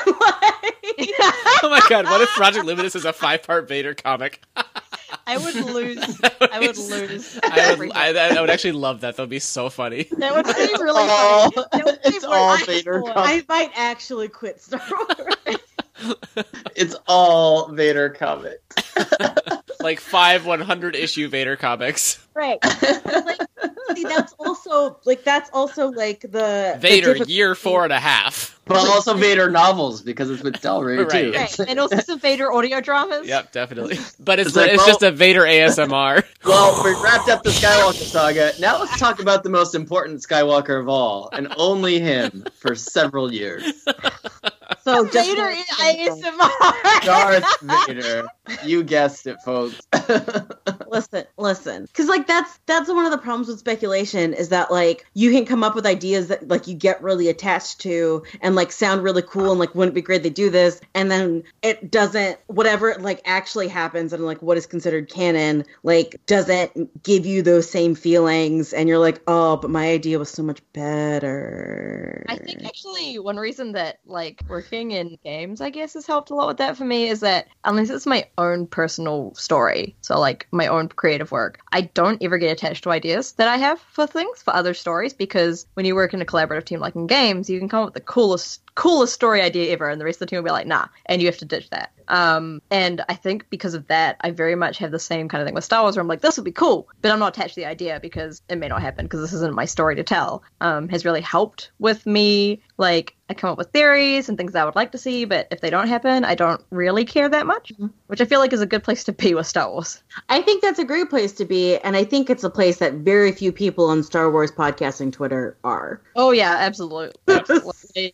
And like,
oh my god what if project luminous is a five-part vader comic *laughs*
I would lose. I would lose.
I would,
everything.
I, I would actually love that. That would be so funny. *laughs*
that would be
It's
really funny.
all,
Oh.
That would be
it's
what
all
I
Vader.
thought.
com-
I might actually quit Star Wars. *laughs*
it's all Vader comic.
Like five 100 issue Vader comics.
right. Like, See, that's also like that's also like the the
Vader,
difficult-
year four and a half.
But
*laughs*
also Vader novels because it's with Del Rey
Right.
too.
Right. And also some Vader audio dramas.
*laughs* Yep, definitely. But it's,
It's like,
it's
well-
just a Vader ASMR.
Well, we wrapped up the Skywalker saga. Now let's talk about the most important Skywalker of all, and only him for several years.
So just
*laughs* Vader
like-
ASMR.
Darth Vader. You guessed it, folks. *laughs*
listen, listen, because like that's that's one of the problems with speculation is that like you can come up with ideas that like you get really attached to and like sound really cool and like wouldn't it be great they do this and then it doesn't whatever like actually happens and like what is considered canon like doesn't give you those same feelings and you're like oh but my idea was so much better.
I think actually one reason that like working in games I guess has helped a lot with that for me is that unless it's my own personal story, so like my own creative work, I don't ever get attached to ideas that I have for things for other stories because when you work in a collaborative team like in games, you can come up with the coolest coolest story idea ever and the rest of the team will be like, nah, and you have to ditch that. Um and I think because of that I very much have the same kind of thing with Star Wars where I'm like, this would be cool, but I'm not attached to the idea because it may not happen because this isn't my story to tell. Um has really helped with me like I come up with theories and things I would like to see, but if they don't happen, I don't really care that much. Which I feel like is a good place to be with Star Wars.
I think that's a great place to be, and I think it's a place that very few people on Star Wars podcasting Twitter are.
Oh yeah, *laughs* absolutely. Absolutely.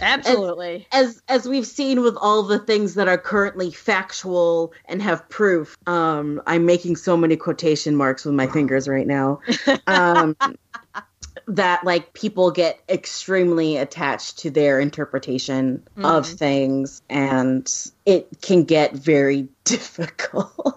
absolutely.
As as we've seen with all the things that are currently factual and have proof, um, I'm making so many quotation marks with my fingers right
*laughs*
now. Um, that like people get extremely attached to their interpretation of
Mhm.
things, and it can get very *laughs* difficult.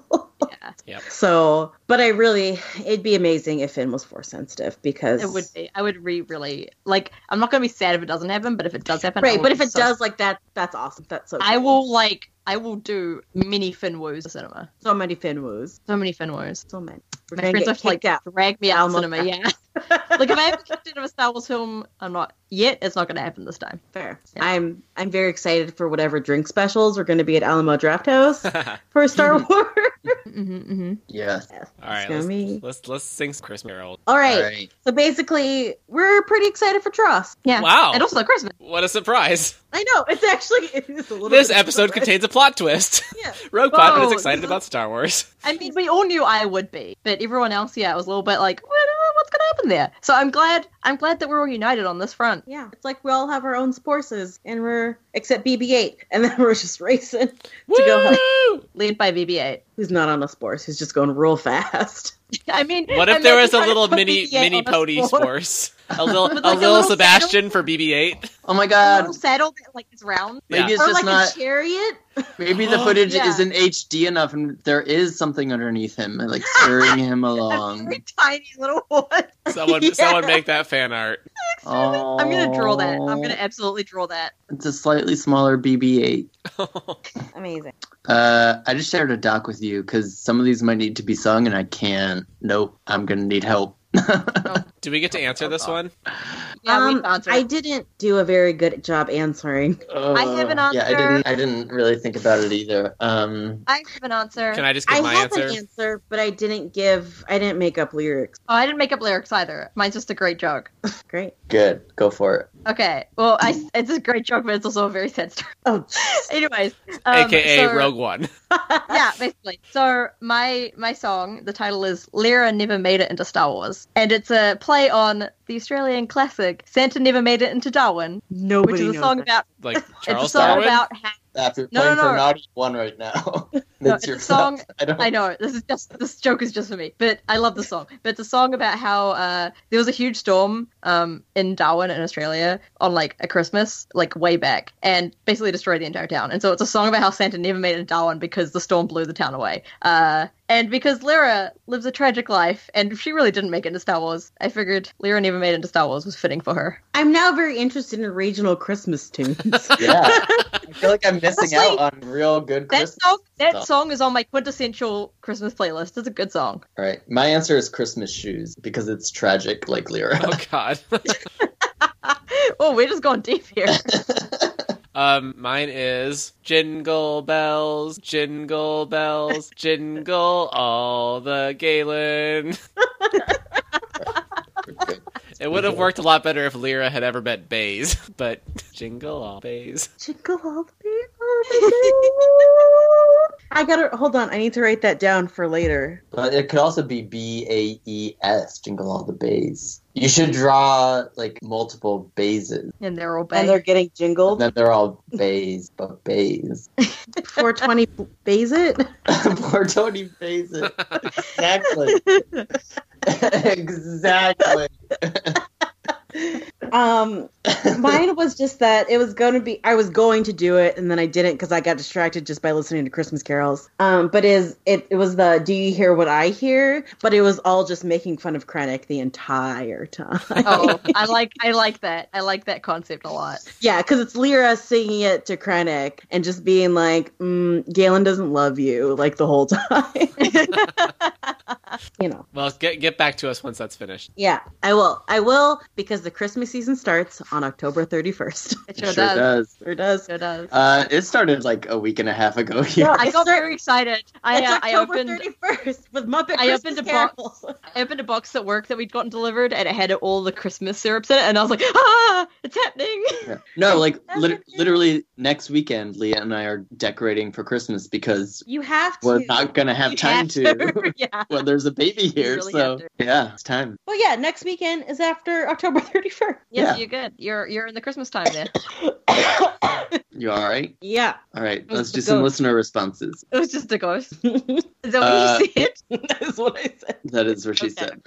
yeah.
So, but I really, it'd be amazing if Finn was force sensitive because
It would be. I would re really like I'm not gonna be sad if it doesn't happen, but if it does happen I
right.
will
But
be
if it
so-
does, like that, that's awesome. That's so.
I
cool.
will like I will do many Finn woos to cinema.
So many Finn woos.
So many Finn woos.
So many. We're
My
gonna
friends
get
have to like
kicked out.
drag me out of
Almost
cinema, yeah. *laughs* like if I ever get into a Star Wars film, I'm not yet, it's not gonna happen this time.
Fair.
Yeah.
I'm I'm very excited for whatever drink specials we're going to be at Alamo Draft House
*laughs* All right,
*laughs*
for Star Wars.
Mm-hmm, mm-hmm.
yes.
It's gonna
let's,
be-
let's let's sing some Christmas Carol.
All right.
All right.
So basically, we're pretty excited for Tross.
Yeah.
Wow.
And also Christmas.
What a surprise!
I know it's actually *laughs* it is a little.
This
bit of a
episode
surprise.
contains a plot twist.
Yeah.
*laughs* Rogue Pod is
Whoa.
excited about Star Wars.
I mean, we all knew I would be, but everyone else, yeah, was a little bit like, what, what's going to happen there? So I'm glad, I'm glad that we're all united on this front.
Yeah, it's like we all have our own forces, and we're except BB-8, and then *laughs* we're just racing to go. home.
Woo!
Led by BB-8.
who's not on a sports, who's just going real fast.
*laughs* I mean,
What if
imagine
there was a
trying to
little
put
mini
BB-8
mini
on a
pony
sword.
sporce? A little
With like
a
a
little
little
Sebastian for BB-8.
Oh my
A
god.
little saddle that like is round. *laughs*
Maybe
Yeah.
it's
or
just
like
not
a chariot.
maybe the footage
Oh, Yeah.
isn't HD enough and there is something underneath him, like steering
*laughs*
him
A
along.
very tiny little *laughs* one.
Someone
Yeah.
someone make that fan art. *laughs*
Oh,
I'm gonna draw that. I'm gonna absolutely draw that.
It's a slightly smaller BB-8.
Amazing.
Uh, I just shared a doc with you because some of these might need to be sung, and I can. Nope, I'm gonna need help.
Do we get to answer this one?
Yeah, we
um,
found
I
it.
didn't do a very good job answering.
I have an
Oh, Yeah, I
answer.
didn't. I didn't really think about it either. Um,
I have an answer.
Can I just
I
give my
have
answer?
an answer, but I didn't give. I didn't make up lyrics.
oh, I didn't make up lyrics either. Mine's just a great joke.
Great.
good. Go for it.
Okay, well, *laughs* I, it's a great joke, but it's also a very sad story. *laughs*
*laughs* Oh,
Anyways, um,
AKA
so-
Rogue One.
*laughs*
*laughs*
yeah, basically. So my my song, the title is Lyra Never Made It into Star Wars, and it's a play on the Australian classic Santa Never Made It into Darwin,
nobody
which is a
knows
song
that.
about
Like
it's a
Charles
song
Darwin.
about how
After
No,
playing
no,
for
no.
naughty one right
*laughs*
now. *laughs* That's
it's
your
a song-
fault. I don't.
I know this is just this joke is just for me, but I love the song. But it's a song about how uh, there was a huge storm um, in Darwin in Australia on like a Christmas, like way back, and basically destroyed the entire town. And so it's a song about how Santa never made it to Darwin because the storm blew the town away. Uh, and because Lyra lives a tragic life, and she really didn't make it into Star Wars, I figured Lyra never made it into Star Wars was fitting for her.
I'm now very interested in regional Christmas *laughs* tunes.
*laughs* yeah, I feel
*laughs*
like I'm missing
Honestly,
out on real good
That
Christmas.
song, that
stuff.
song is on my quintessential Christmas playlist. It's a good song.
All right, my answer is Christmas shoes because it's tragic, like Lyra.
*laughs*
*laughs*
Oh God.
oh, we're just going deep
*laughs*
here.
Um, mine is jingle bells, jingle bells, jingle all the Galen. It would have worked a lot better if Lyra had ever met Baze, *laughs* but jingle all Baze.
Jingle all the way, all the way. I gotta hold on. I need to write that down for later.
But it could also be B A E S, jingle all the bays. You should draw like multiple bases.
and they're all
And they're getting
And
jingled.
then they're all bays, but bays.
420 *laughs* base it.
*laughs* Poor Tony Bases. exactly. exactly.
Um, mine was just that it was going to be. I was going to do it, and then I didn't because I got distracted just by listening to Christmas carols. Um, but is it? It was the "Do you hear what I hear?" But it was all just making fun of Krennic the entire time. *laughs*
*laughs* Oh, I like I like that. I like that concept a lot.
Yeah, because it's Lyra singing it to Krennic and just being like, mm, Galen doesn't love you, like the whole *laughs* time. you know,
Well, get get back to us once that's finished.
yeah, I will. I will, because the Christmas season starts on October 31st.
It
It
sure, does.
*laughs* sure does.
Sure does.
Uh, it started like a week and a half ago here.
Yeah.
I got very excited. I
it's
uh, I
October
opened
31st with Muppet
I
Christmas
opened a
Carols. *laughs*
I opened a box at work that we'd gotten delivered, and it had all the Christmas syrups in it, and I was like, ah, it's happening.
Yeah. No, like
That's
lit-
okay.
literally next weekend, Leah and I are decorating for Christmas because
You have to.
we're not gonna have
*laughs*
You
time
have
to. *laughs*
yeah.
when there's a baby here,
really
so
have to.
yeah, it's time.
Well, yeah, next weekend is after October *laughs* 31st.
Yes,
Yeah.
you're good. You're you're in the Christmas time
*laughs*
there.
You all right?
Yeah.
All right,
was
let's
the
do some
goat.
listener responses.
It was just a ghost.
that
Is that what
Uh,
you
*laughs*
said?
is what I said.
That is what she
Okay.
said.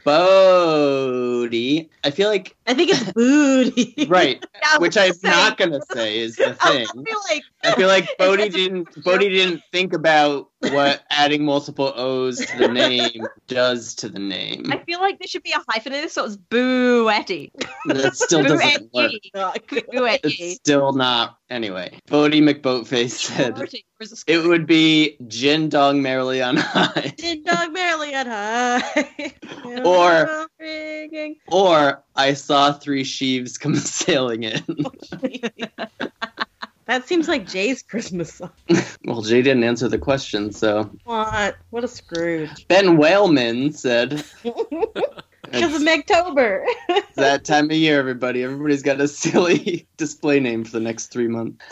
Bodie, I feel like
I think it's booty. *laughs*
*laughs* right,
Yeah,
which
*laughs* I
I'm
was
not gonna say is the
saying-
thing.
*laughs* I feel like
I feel
*laughs*
like Bodie
That's a-
didn't Bodie didn't think about what adding multiple O's to the
*laughs*
name does to the name.
I feel like there should be a hyphen in this, so it's boo-atty.
That still doesn't work.
Boo-atty.
*laughs* Not good.
Boo-atty.
It's still not. Anyway, Bodie McBoatface said
Boo-atty. Where's the
it would be Gin Dong Merrily on High,
Did dog merrily at high.
*laughs*
*laughs*
Or- or I saw three sheaves come *laughs* sailing in.
that seems like Jay's Christmas song.
well, Jay didn't answer the question, so
What? What a Scrooge.
Ben Whaleman said.
*laughs*
Because of
It's
Megtober.
that time of year, everybody. Everybody's got a silly *laughs* display name for the next
*laughs*
three months.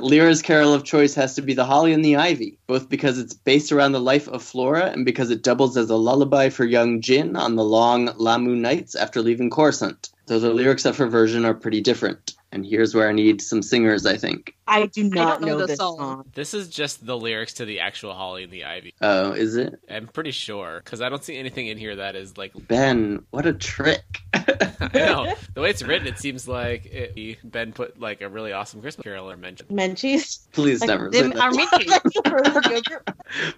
Lyra's carol of choice has to be the holly and the ivy, both because it's based around the life of Flora and because it doubles as a lullaby for young Jin on the long Lamu nights after leaving Coruscant. Though the lyrics of her version are pretty different. And here's where I need some singers, I think.
*laughs* I do not
not know
know,
the
this
song.
song.
This is just the lyrics to the actual Holly and the Ivy.
Oh, is it?
I'm pretty sure because I don't see anything in here that is like.
Ben, what a trick. *laughs*
I know the way it's written. It seems like it, Ben put like a really awesome Christmas carol or
*laughs*
mention.
*laughs* Menchie's.
Please
Like,
never say *laughs*
Them
that.
Arminki.
*laughs*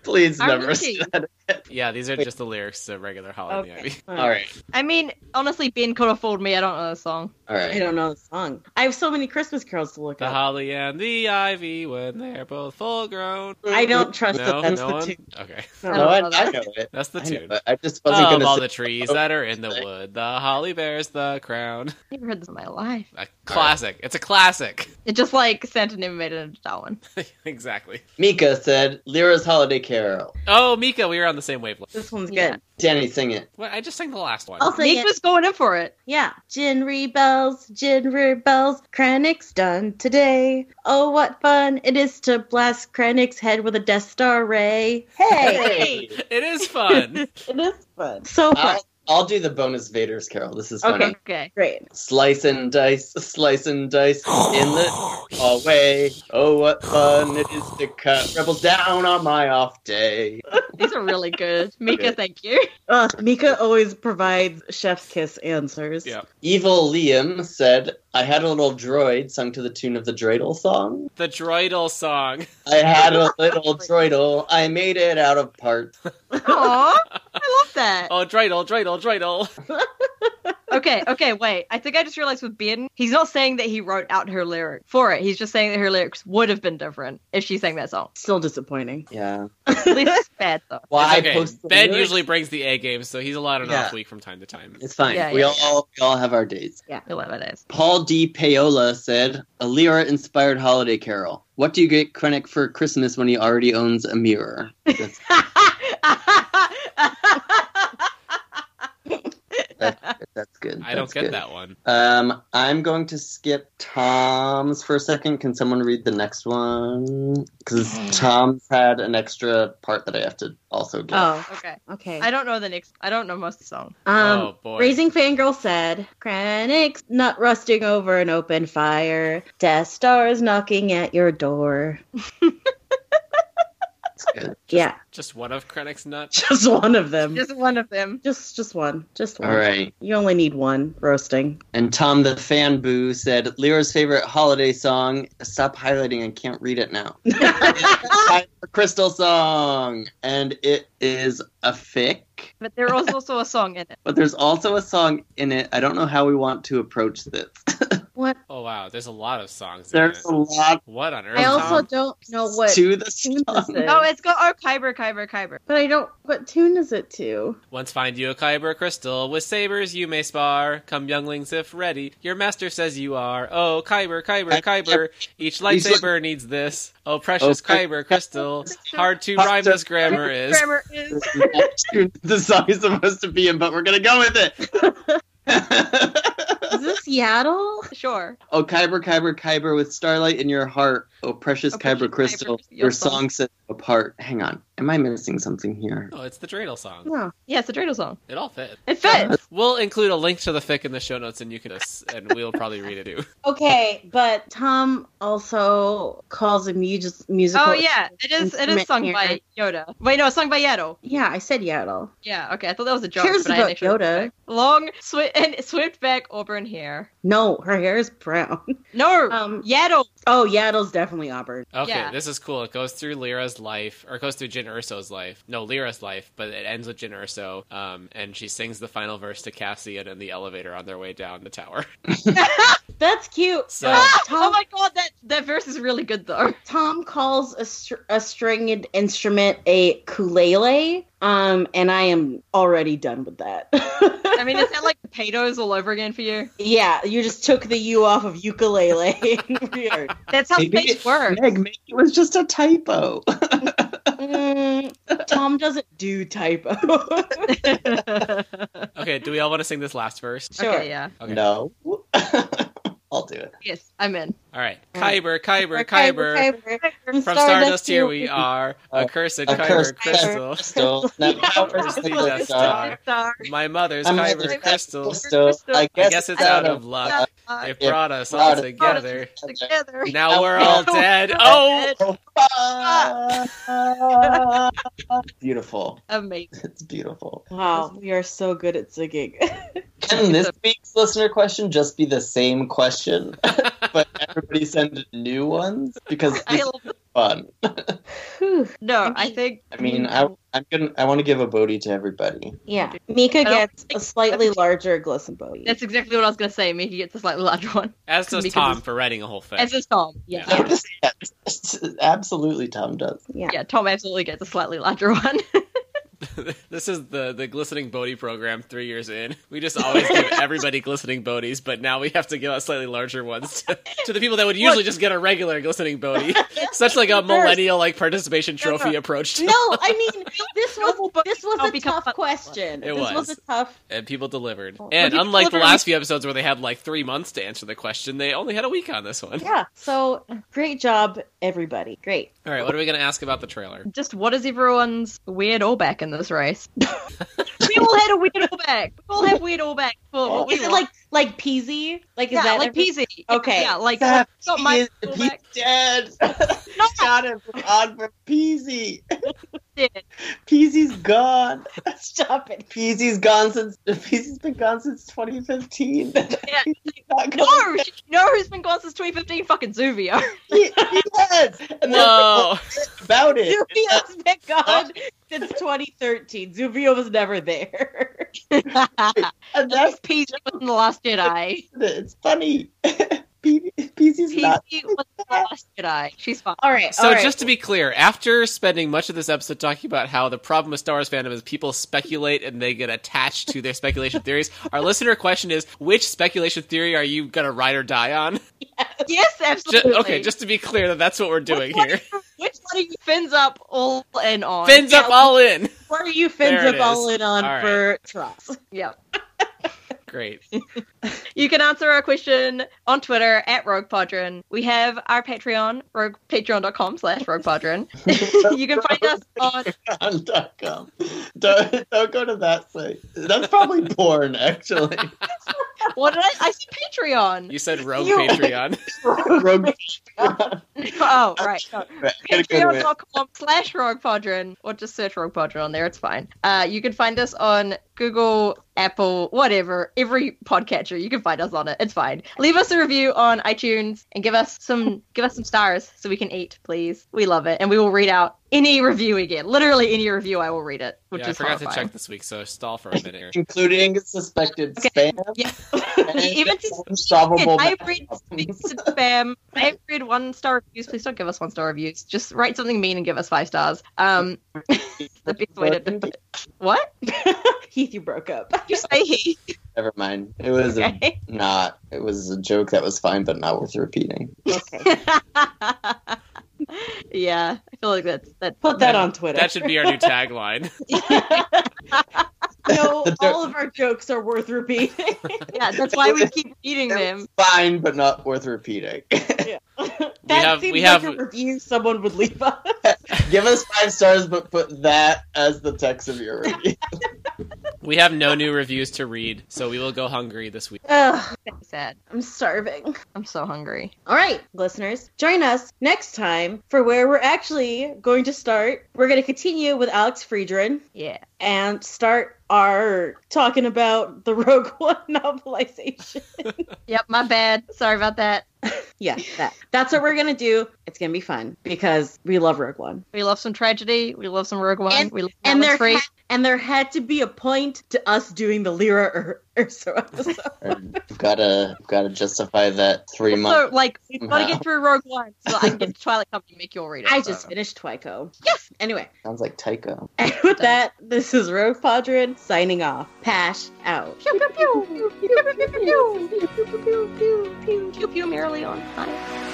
Please
our
never say
Mickey.
that.
Yeah, these are just the lyrics to regular Holly and the Ivy.
Okay.
All right.
I mean, honestly, Ben could have fooled me. I don't know the song.
All right.
I don't know the song. I have so many Christmas carols to look
The
up.
Holly and the Ivy when they're both full grown.
I don't trust
No,
that that's
no
the
one.
tune.
Okay, *laughs*
I
No,
don't
I,
know
I
that.
know it.
that's the
I, know
tune.
it. I just wasn't
Of
going to
all
say
the trees that are in the wood, the holly bears the crown.
Never heard this in my life.
A classic. It's a classic. *laughs*
It just like Santa never made it into Darwin.
exactly.
Mika said, Lyra's Holiday Carol.
Oh, Mika, we were on the same wavelength.
This one's
Yeah.
good.
Danny, sing it.
What? I just sang the last one.
Oh.
I'll sing it.
Nick was going in for it.
Yeah. Gin rebels, gin rebels, Krennic's done today. Oh, what fun it is to blast Krennic's head with a Death Star ray. *laughs* Hey!
It
*laughs*
is fun. Uh,
it is fun. So fun.
I'll, I'll do the bonus Vader's Carol. This is funny.
Okay.
Okay.
Great.
Slice and dice, slice and dice in
*sighs*
the hallway. Oh, what fun it is to cut rebels down on my off day.
These are really good. Mika,
Okay.
thank you.
Uh, Mika always provides chef's kiss answers.
Yeah.
Evil Liam said, I had a little droid sung to the tune of the dreidel song.
the droidal song.
I had a
*laughs*
little droidel. I made it out of parts.
Aw, I love that.
Oh, droidal, droidel, droidel.
Okay, okay, wait. I think I just realized with Ben, he's not saying that he wrote out her lyric for it. He's just saying that her lyrics would have been different if she sang that song.
Still *laughs* disappointing.
Yeah.
At least *laughs* it's bad though.
Why
It's okay.
post the
ben
lyrics?
usually brings the A game, so he's allowed an
Yeah.
off week from time to time.
It's fine.
Yeah,
we
yeah,
all we all have our days.
I love it is.
Paul D. Paola said, "A Lyra-inspired holiday carol. What do you get Krennic for Christmas when he already owns a mirror?" That's, that's, that's good.
I don't
That's
get
good.
that one.
Um, I'm going to skip Tom's for a second. Can someone read the next one? Because
Mm.
Tom's had an extra part that I have to also get.
Oh,
Okay.
okay.
I don't know the next. I don't know most of the song.
Um,
oh boy.
Raising Fangirl said, Kranix not rusting over an open fire, Death Stars knocking at your door.
That's good.
yeah, *laughs*
Just one of Krennic's nuts.
just one of them. Just,
Just one of them.
just, one. Just one.
All right.
You only need one roasting.
And Tom the fan boo said Lyra's favorite holiday song. Stop highlighting. I can't read it now. Tyler Crystal song, and it is a fic.
But there was also a song in it.
But there's also a song in it. I don't know how we want to approach this.
What?
Oh wow, there's a lot of songs. in
there's
it.
a lot
What on earth?
I also
Tom?
don't know what tune
to the
this is.
song.
*laughs* Oh, it's got oh Kyber, Kyber, Kyber.
but I don't. What tune is it to?
Once find you a kyber crystal with sabers you may spar. Come younglings if ready. Your master says you are. Oh kyber, kyber, kyber. Each lightsaber needs this. Oh precious
Okay.
kyber
*laughs*
crystal. Hard to rhyme this grammar is.
Grammar
*laughs*
is.
the song is supposed to be in, but we're gonna go with
*laughs*
it. *laughs*
Is this Seattle?
Sure.
oh, Kyber, Kyber, Kyber, with starlight in your heart. Oh, precious
Oh, precious
Kyber crystal,
Kyber,
your
your
song
song.
sets apart. Hang on, am I missing something here?
Oh, it's the dreidel song.
No.
Yeah, it's a dreidel song.
It all fits.
It fits.
We'll include a link to the fic in the show notes, and you can and we'll probably read it too.
Okay, but Tom also calls a mu- musical.
oh yeah, it is. It is sung by Yoda. Wait, no, it's sung by Yaddle.
Yeah, I said Yaddle.
Yeah. Okay, I thought that was a joke.
Cares
but I didn't
about
actually-
Yoda.
Long, swi- *laughs* and swept back auburn hair.
No, her hair is brown.
No,
*laughs* Um,
Yaddle.
Oh, Yaddle's definitely Auburn.
Okay,
Yeah.
this is cool. It goes through Lyra's life, or it goes through Jin Urso's life. No, Lyra's life, but it ends with Jin Urso. Um, and she sings the final verse to Cassian in the elevator on their way down the tower. *laughs*
That's cute.
So-
Ah,
*laughs* Oh
Tom,
my god, that that verse is really good though. *laughs*
Tom calls a, str- a stringed instrument a kulele, um, and I am already done with that. *laughs*
I mean, is that like potatoes all over again for you?
yeah, you just took the U off of ukulele. *laughs* Weird.
That's how
Maybe
space works. *laughs*
Meg, maybe it was just a typo.
Mm, Tom doesn't do typo.
okay, do we all want to sing this last verse?
*laughs* sure.
Okay, yeah.
Okay.
No, *laughs* I'll do it.
Yes, I'm in.
All right.
Alright.
Kyber, Kyber, Kyber.
From,
From Stardust, here we are. Accursed Kyber
Accursed
crystal.
Crystal, not *laughs* powers
Crystal.
be the star.
My mother's
I'm
mother's
Kyber
Kyber
crystal.
Crystal. I
I
guess,
guess it's out of luck. It brought us all
brought us
together. *laughs*
Together.
Now we're all
*laughs* Now
dead.
we're all
Oh!
dead.
Ah. *laughs* beautiful.
Amazing.
It's beautiful.
Wow, we are so good at singing. *laughs*
Can this week's listener question just be the same question, *laughs* but everybody send new ones because this
I
is
love
fun.
Whew.
No,
*laughs*
I think
I mean, I, I'm gonna I want to give a Bodhi to everybody.
Yeah, Mika
don't
gets
think-
a slightly larger glisten bowie.
that's exactly what I was gonna say. Mickey gets a slightly larger one.
As does
Because
Tom
it's-
for writing a whole thing.
As is Tom. Yeah.
Yeah.
*laughs*
yeah.
Absolutely, Tom does.
yeah.
Tom absolutely gets a slightly larger *laughs* one.
*laughs* this is the the glistening Bodhi program. Three years in, we just
*laughs*
always give everybody glistening Bodhies, but now we have to give out slightly larger ones to, to the people that would usually just get a regular glistening
*laughs*
Bodhi. Such like a
Reverse.
millennial like participation
No, no.
trophy approach. To
No, I mean this was this
I'll
was a
become
tough
fun-
question.
It
this was.
was.
a
*laughs*
tough.
And people delivered.
Well,
And
people
unlike the
delivered.
last few episodes where they had like three months to answer the question, they only had a week on this one.
Yeah. So great job, everybody. Great.
All right, what are we going to ask about the trailer?
Just what is everyone's weird all back in this race? *laughs* we all had a weird all back. We all have weird all back. For what we
Is it
want.
like like peasy? Like is
yeah,
that
like
every-
peasy?
Okay.
Yeah, like
Stop.
got my
He is-
all
he's
back.
dead.
No.
*laughs* Shot him on for Peasy.
Dead.
Peasy's gone.
*laughs* Stop it.
Peasy's gone since Peasy's been gone since 2015.
Yeah.
*laughs* He's not
No,
going
you know who's been gone since 2015? Fucking Zuvio. *laughs*
He, he has. And that's
Whoa!
what's about *laughs* it.
Zuvio's been gone since 2013. Zuvio was never there.
And that's
That's PZ was in the Last Jedi.
it's funny. *laughs* Pe- Peasy's
PZ
not.
was in the Last Jedi. She's fine.
All right.
So
all right.
just to be clear, after spending much of this episode talking about how the problem with Star Wars fandom is people speculate and they get attached to their speculation theories, our listener question is which speculation theory are you going to ride or die on?
Yes,
Ju-
absolutely.
okay, just to be clear that that's what we're doing
Which one
here.
are you- Which one of you fins up all in on?
Fins up all in.
where are you
There
fins
it
up all
is.
in on
All right.
for trust?
Yeah.
Great.
You can answer our question on Twitter at Rogue Podron. We have our Patreon, rogue, patreon.com slash Rogue Podron. *laughs* you can find us on
Patreon.com. Don't, don't go to that site. That's probably porn,
*laughs*
actually.
what did I I said Patreon.
You said rogue
You-
Patreon.
Rogue.
*laughs* Oh, right.
*laughs*
no.
Uh, Gotta go to it.
patreon.com slash rogpodron or just search rogpodron on there it's fine uh, you can find us on google apple whatever every podcatcher you can find us on it it's fine leave us a review on itunes and give us some give us some stars so we can eat please we love it and we will read out any review we get literally any review i will read it which
yeah, I
is
forgot to
horrifying.
check this week, so stall for a
*laughs*
minute here.
Including suspected spam.
Yeah.
*laughs* and
Even sus-
unsolvable
I read spam. I read one star reviews. Please don't give us one star reviews. Just write something mean and give us five stars. Um, *laughs* the best way to what
*laughs* Heath, you broke up.
you say he?
Never mind. It was a,
Okay.
not. It was a joke that was fine, but not worth repeating.
Okay.
yeah, I feel like that's that.
Put that on Twitter.
That
*laughs*
should be *laughs* our new tagline.
no,
The joke-
all of our jokes are worth repeating.
Yeah, that's why we keep eating them.
Fine, but not worth repeating. *laughs*
that
have-
seems
we
like
have-
a review someone would leave us.
Give us five stars, but put that as the text of your review.
*laughs*
We have no new reviews to read, so we will go hungry this week.
Ugh,
Sad.
I'm starving.
I'm so hungry.
All right, listeners, join us next time for where we're actually going to start. We're going to continue with Alex Friedrin
Yeah.
and start our talking about the *laughs* Rogue One novelization.
Yep. My bad. Sorry about that.
yeah, that. that's what we're going to do. It's going to be fun because we love Rogue One.
We love some tragedy. We love some Rogue One.
And-
we love
and there,
free.
ha- and there had to be a point to us doing the Lyra or Urso *laughs* episode.
You've gotta, you've gotta justify that three
So
month.
like we've got to
Wow.
get through Rogue One so I can get to Twilight Company and make you all read it.
I
so.
just finished Twyco. Yes. Anyway,
Sounds like Tycho.
and with that, this is Rogue Podrin signing off. Pash out.
Pew pew pew pew pew pew pew pew pew pew pew pew pew pew pew merrily on high.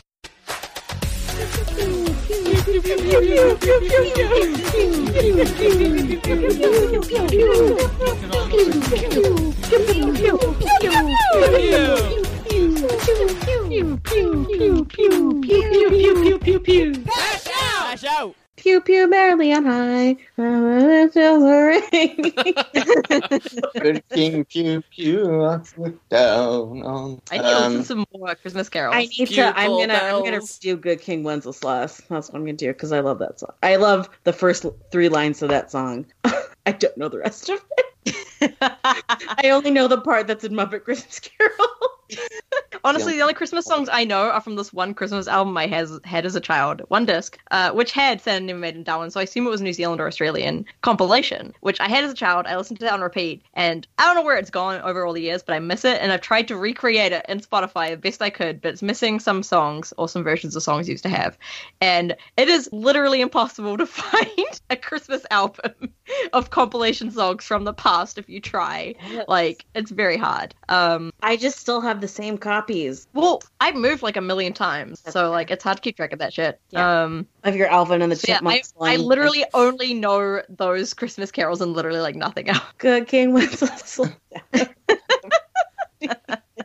Pew pew merrily on
*laughs*
high. Uh, Bells are ringing.
Good king, pew pew. I look down on.
I need to listen
Um,
to some more Christmas carols.
I need
Pew
to. I'm
pull
gonna. I'm gonna
bells.
do Good King Wenceslas. That's what I'm gonna do because I love that song. I love the first l- three lines of that song. *laughs* I don't know the rest of it. *laughs* I only know the part that's in Muppet Christmas Carol. *laughs*
Honestly, the only Christmas songs I know are from this one Christmas album I has had as a child, one disc, uh, which had Santa Never Made in Darwin, so I assume it was New Zealand or Australian compilation, which I had as a child. I listened to it on repeat, and I don't know where it's gone over all the years, but I miss it, and I've tried to recreate it in Spotify the best I could, but it's missing some songs or some versions of songs I used to have, and it is literally impossible to *laughs* find a Christmas album of compilation songs from the past if you try. Like, it's very hard. Um,
I just still have the same copies
well, I've moved like a million times, so like it's hard to keep track of that shit.
Yeah.
Um,
of your Alvin and the
so yeah, I,
Chipmunks.
I
one.
literally only know those Christmas carols and literally like nothing *laughs* else.
Good King Wenceslas.